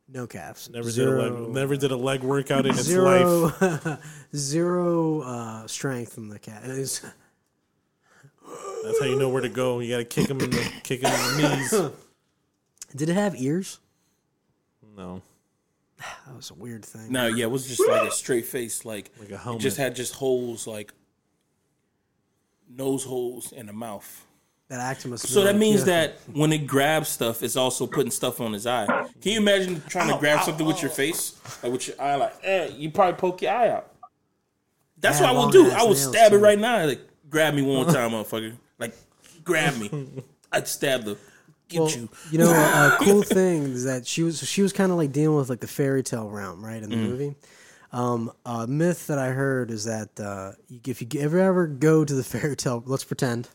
Speaker 1: no calves.
Speaker 3: Never did a
Speaker 1: zero,
Speaker 3: leg. Never did a leg workout in its
Speaker 1: zero, [laughs]
Speaker 3: life.
Speaker 1: zero, uh, strength in the cat. It was-
Speaker 3: That's how you know where to go. You got to kick him in the kick him in the knees.
Speaker 1: Did it have ears?
Speaker 3: No,
Speaker 1: That was a weird thing.
Speaker 2: No, yeah, it was just like a straight face, like,
Speaker 3: Like a
Speaker 2: it
Speaker 3: helmet.
Speaker 2: just had just holes, like nose holes and a mouth.
Speaker 1: That Actimus.
Speaker 2: So that means that when it grabs stuff, it's also putting stuff on his eye. Can you imagine trying to grab something with your face, like with your eye, like eh, you probably poke your eye out. That's
Speaker 1: Yeah,
Speaker 2: what I will
Speaker 1: long
Speaker 2: do.
Speaker 1: ass
Speaker 2: I will
Speaker 1: nails,
Speaker 2: stab it
Speaker 1: too.
Speaker 2: right now. Like, grab me
Speaker 1: [laughs]
Speaker 2: one time, motherfucker. Like, grab me. I'd stab the. Get
Speaker 1: Well,
Speaker 2: you.
Speaker 1: you know, a cool
Speaker 2: [laughs]
Speaker 1: thing is that she was she was kind of like dealing with like the fairy tale realm, right, in
Speaker 2: Mm-hmm.
Speaker 1: the movie. Um, a myth that I heard is that uh, you- if you ever ever go to the [laughs] fairy tale, let's pretend.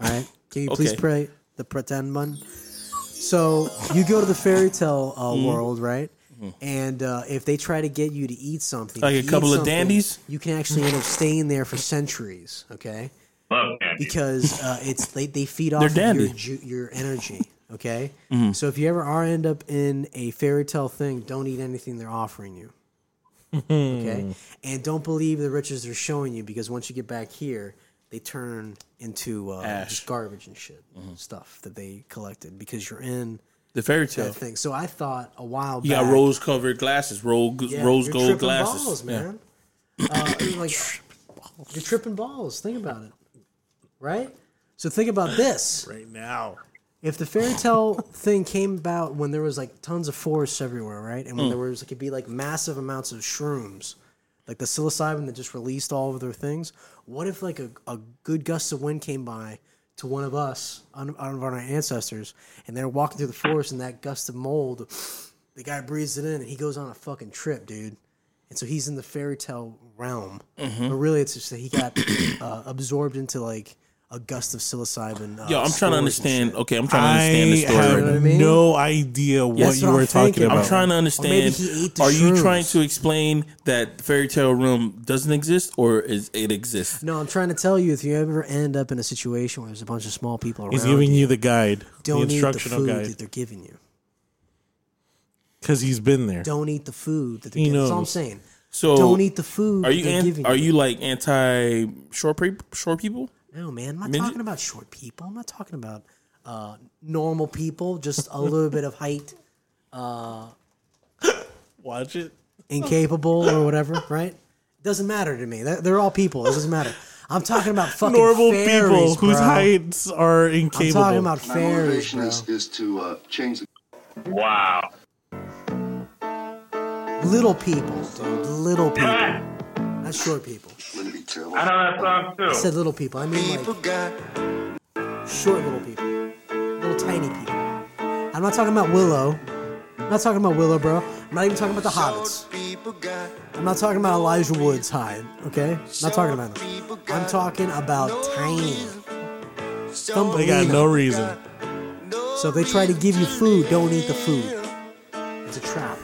Speaker 1: All right, can you please
Speaker 2: Okay.
Speaker 1: pray the pretend button? So you go to the fairy tale uh,
Speaker 2: Mm-hmm.
Speaker 1: world, right? And uh, if they try to get you to eat something, if
Speaker 2: Like a
Speaker 1: you eat
Speaker 2: couple of
Speaker 1: something,
Speaker 2: dandies?
Speaker 1: you can actually end up staying there for centuries. Okay
Speaker 4: Love candy.
Speaker 1: because uh, it's they, they feed off of
Speaker 2: dandy. Mm-hmm.
Speaker 1: your ju- your energy. Okay, so if you ever are end up in a fairy tale thing, don't eat anything they're offering you.
Speaker 2: Hmm.
Speaker 1: okay, and don't believe the riches they're showing you because once you get back here, they turn into uh,
Speaker 2: Ash. Mm-hmm.
Speaker 1: just garbage and shit stuff that they collected because you're in
Speaker 2: The fairy
Speaker 1: that
Speaker 2: tale.
Speaker 1: thing. So I thought a while
Speaker 2: You
Speaker 1: back,
Speaker 2: got rose covered glasses, rose,
Speaker 1: yeah,
Speaker 2: rose
Speaker 1: you're
Speaker 2: gold
Speaker 1: tripping
Speaker 2: glasses.
Speaker 1: balls,
Speaker 2: Yeah.
Speaker 1: man. Uh, you're like you're tripping balls. Think about it, right? So think about this
Speaker 3: right now.
Speaker 1: if the fairy tale thing came about when there was like tons of forests everywhere, right, and when
Speaker 2: Hmm.
Speaker 1: there was like it'd be like massive amounts of shrooms, like the psilocybin that just released all of their things. What if like a, a good gust of wind came by to one of us, one one of our ancestors, and they're walking through the forest and that gust of mold, the guy breathes it in and he goes on a fucking trip, dude. And so he's in the fairy tale realm,
Speaker 2: Mm-hmm.
Speaker 1: but really it's just that he got uh, absorbed into like a gust of psilocybin. Uh,
Speaker 2: Yo, I'm trying
Speaker 1: spores
Speaker 2: to
Speaker 1: and
Speaker 2: understand.
Speaker 1: shit.
Speaker 2: Okay, I'm trying to
Speaker 3: I
Speaker 2: understand the story.
Speaker 1: You
Speaker 3: have
Speaker 1: know
Speaker 2: right
Speaker 1: what I mean?
Speaker 3: no idea what
Speaker 2: Yes,
Speaker 3: you
Speaker 1: what
Speaker 3: were
Speaker 1: I'm
Speaker 3: talking
Speaker 1: thinking.
Speaker 3: about.
Speaker 2: I'm trying to understand.
Speaker 1: he ate the
Speaker 2: Are you
Speaker 1: shrooms.
Speaker 2: trying to explain that the fairy tale realm doesn't exist, or is it exists?
Speaker 1: No, I'm trying to tell you if you ever end up in a situation where there's a bunch of small people around,
Speaker 3: He's giving you the guide, the
Speaker 1: don't eat the
Speaker 3: instructional
Speaker 1: food
Speaker 3: guide,
Speaker 1: that they're giving you.
Speaker 3: because he's been there.
Speaker 1: Don't eat the food that they're
Speaker 3: He
Speaker 1: giving you. That's all I'm saying.
Speaker 3: knows.
Speaker 2: So
Speaker 1: don't eat the food
Speaker 2: Are you
Speaker 1: they're
Speaker 2: an,
Speaker 1: giving
Speaker 2: are you like anti short pre- short people?
Speaker 1: No, man. I'm not
Speaker 2: Midget?
Speaker 1: talking about short people. I'm not talking about uh, normal people, just a little bit of height,
Speaker 3: Watch it.
Speaker 1: incapable or whatever, right? Doesn't matter to me. They're, they're all people. It doesn't matter. I'm talking about fucking
Speaker 3: Normal
Speaker 1: fairies,
Speaker 3: people whose
Speaker 1: bro.
Speaker 3: heights are
Speaker 1: I'm
Speaker 3: incapable.
Speaker 1: talking about fairies, bro.
Speaker 8: is to uh, change the.
Speaker 4: Wow.
Speaker 1: Little people, dude. Little people.
Speaker 4: Hey,
Speaker 1: Not short people.
Speaker 8: Wouldn't it be terrible?
Speaker 4: I know that song
Speaker 1: I
Speaker 4: too.
Speaker 1: said little people. I mean like short little people, little tiny people. I'm not talking about Willow. I'm not talking about Willow, bro. I'm not even talking about the Hobbits. I'm not talking about Elijah Wood's hide. Okay, I'm not talking about him. I'm talking about tiny.
Speaker 3: They got no
Speaker 1: Thumbelina.
Speaker 3: reason.
Speaker 1: So if they try to give you food, don't eat the food. It's a trap.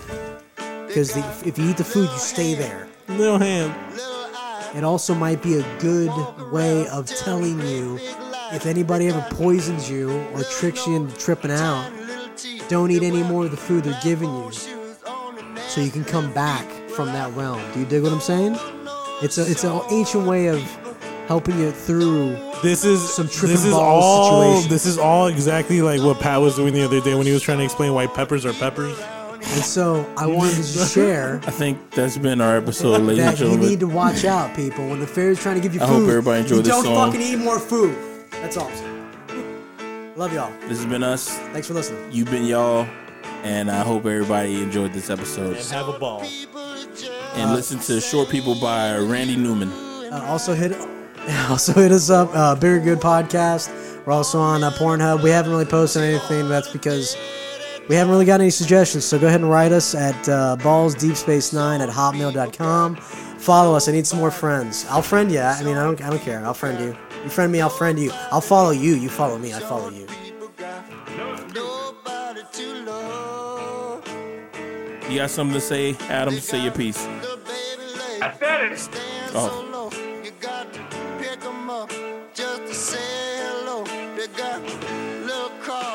Speaker 1: Because if you eat the food, you stay there.
Speaker 3: No hand.
Speaker 1: It also might be a good way of telling you if anybody ever poisons you or tricks you into tripping out, don't eat any more of the food they're giving you. So you can come back from that realm. Do you dig what I'm saying? It's a it's an ancient way of helping you through.
Speaker 3: This is
Speaker 1: Some tripping
Speaker 3: this is
Speaker 1: balls
Speaker 3: all
Speaker 1: situation.
Speaker 3: this is all exactly like what Pat was doing the other day when he was trying to explain why peppers are peppers.
Speaker 1: And so I wanted to just share
Speaker 2: I think that's been our episode, ladies and
Speaker 1: that you
Speaker 2: gentlemen.
Speaker 1: need to watch out, people. When the fairy's trying to give you
Speaker 2: I
Speaker 1: food,
Speaker 2: hope everybody enjoyed
Speaker 1: you
Speaker 2: this
Speaker 1: don't
Speaker 2: song.
Speaker 1: fucking eat more food. That's all. I'm saying. Love y'all.
Speaker 2: this has been us.
Speaker 1: Thanks for listening.
Speaker 2: You've been y'all, and I hope everybody enjoyed this episode.
Speaker 3: And have a ball.
Speaker 2: And listen to "Short People" by Randy Newman.
Speaker 1: Uh, also hit [laughs] also hit us up uh, bigger good podcast we're also on uh, pornhub we haven't really posted anything that's because we haven't really got any suggestions so go ahead and write us at uh, ballsdeepspace9 at hotmail.com follow us i need some more friends i'll friend you i mean i don't, I don't care i'll friend you you friend me i'll friend you i'll follow you you follow me i follow you
Speaker 2: You got something to say, Adam? Say your piece.
Speaker 4: I said it.
Speaker 2: Oh,
Speaker 7: Just to say hello, they got little car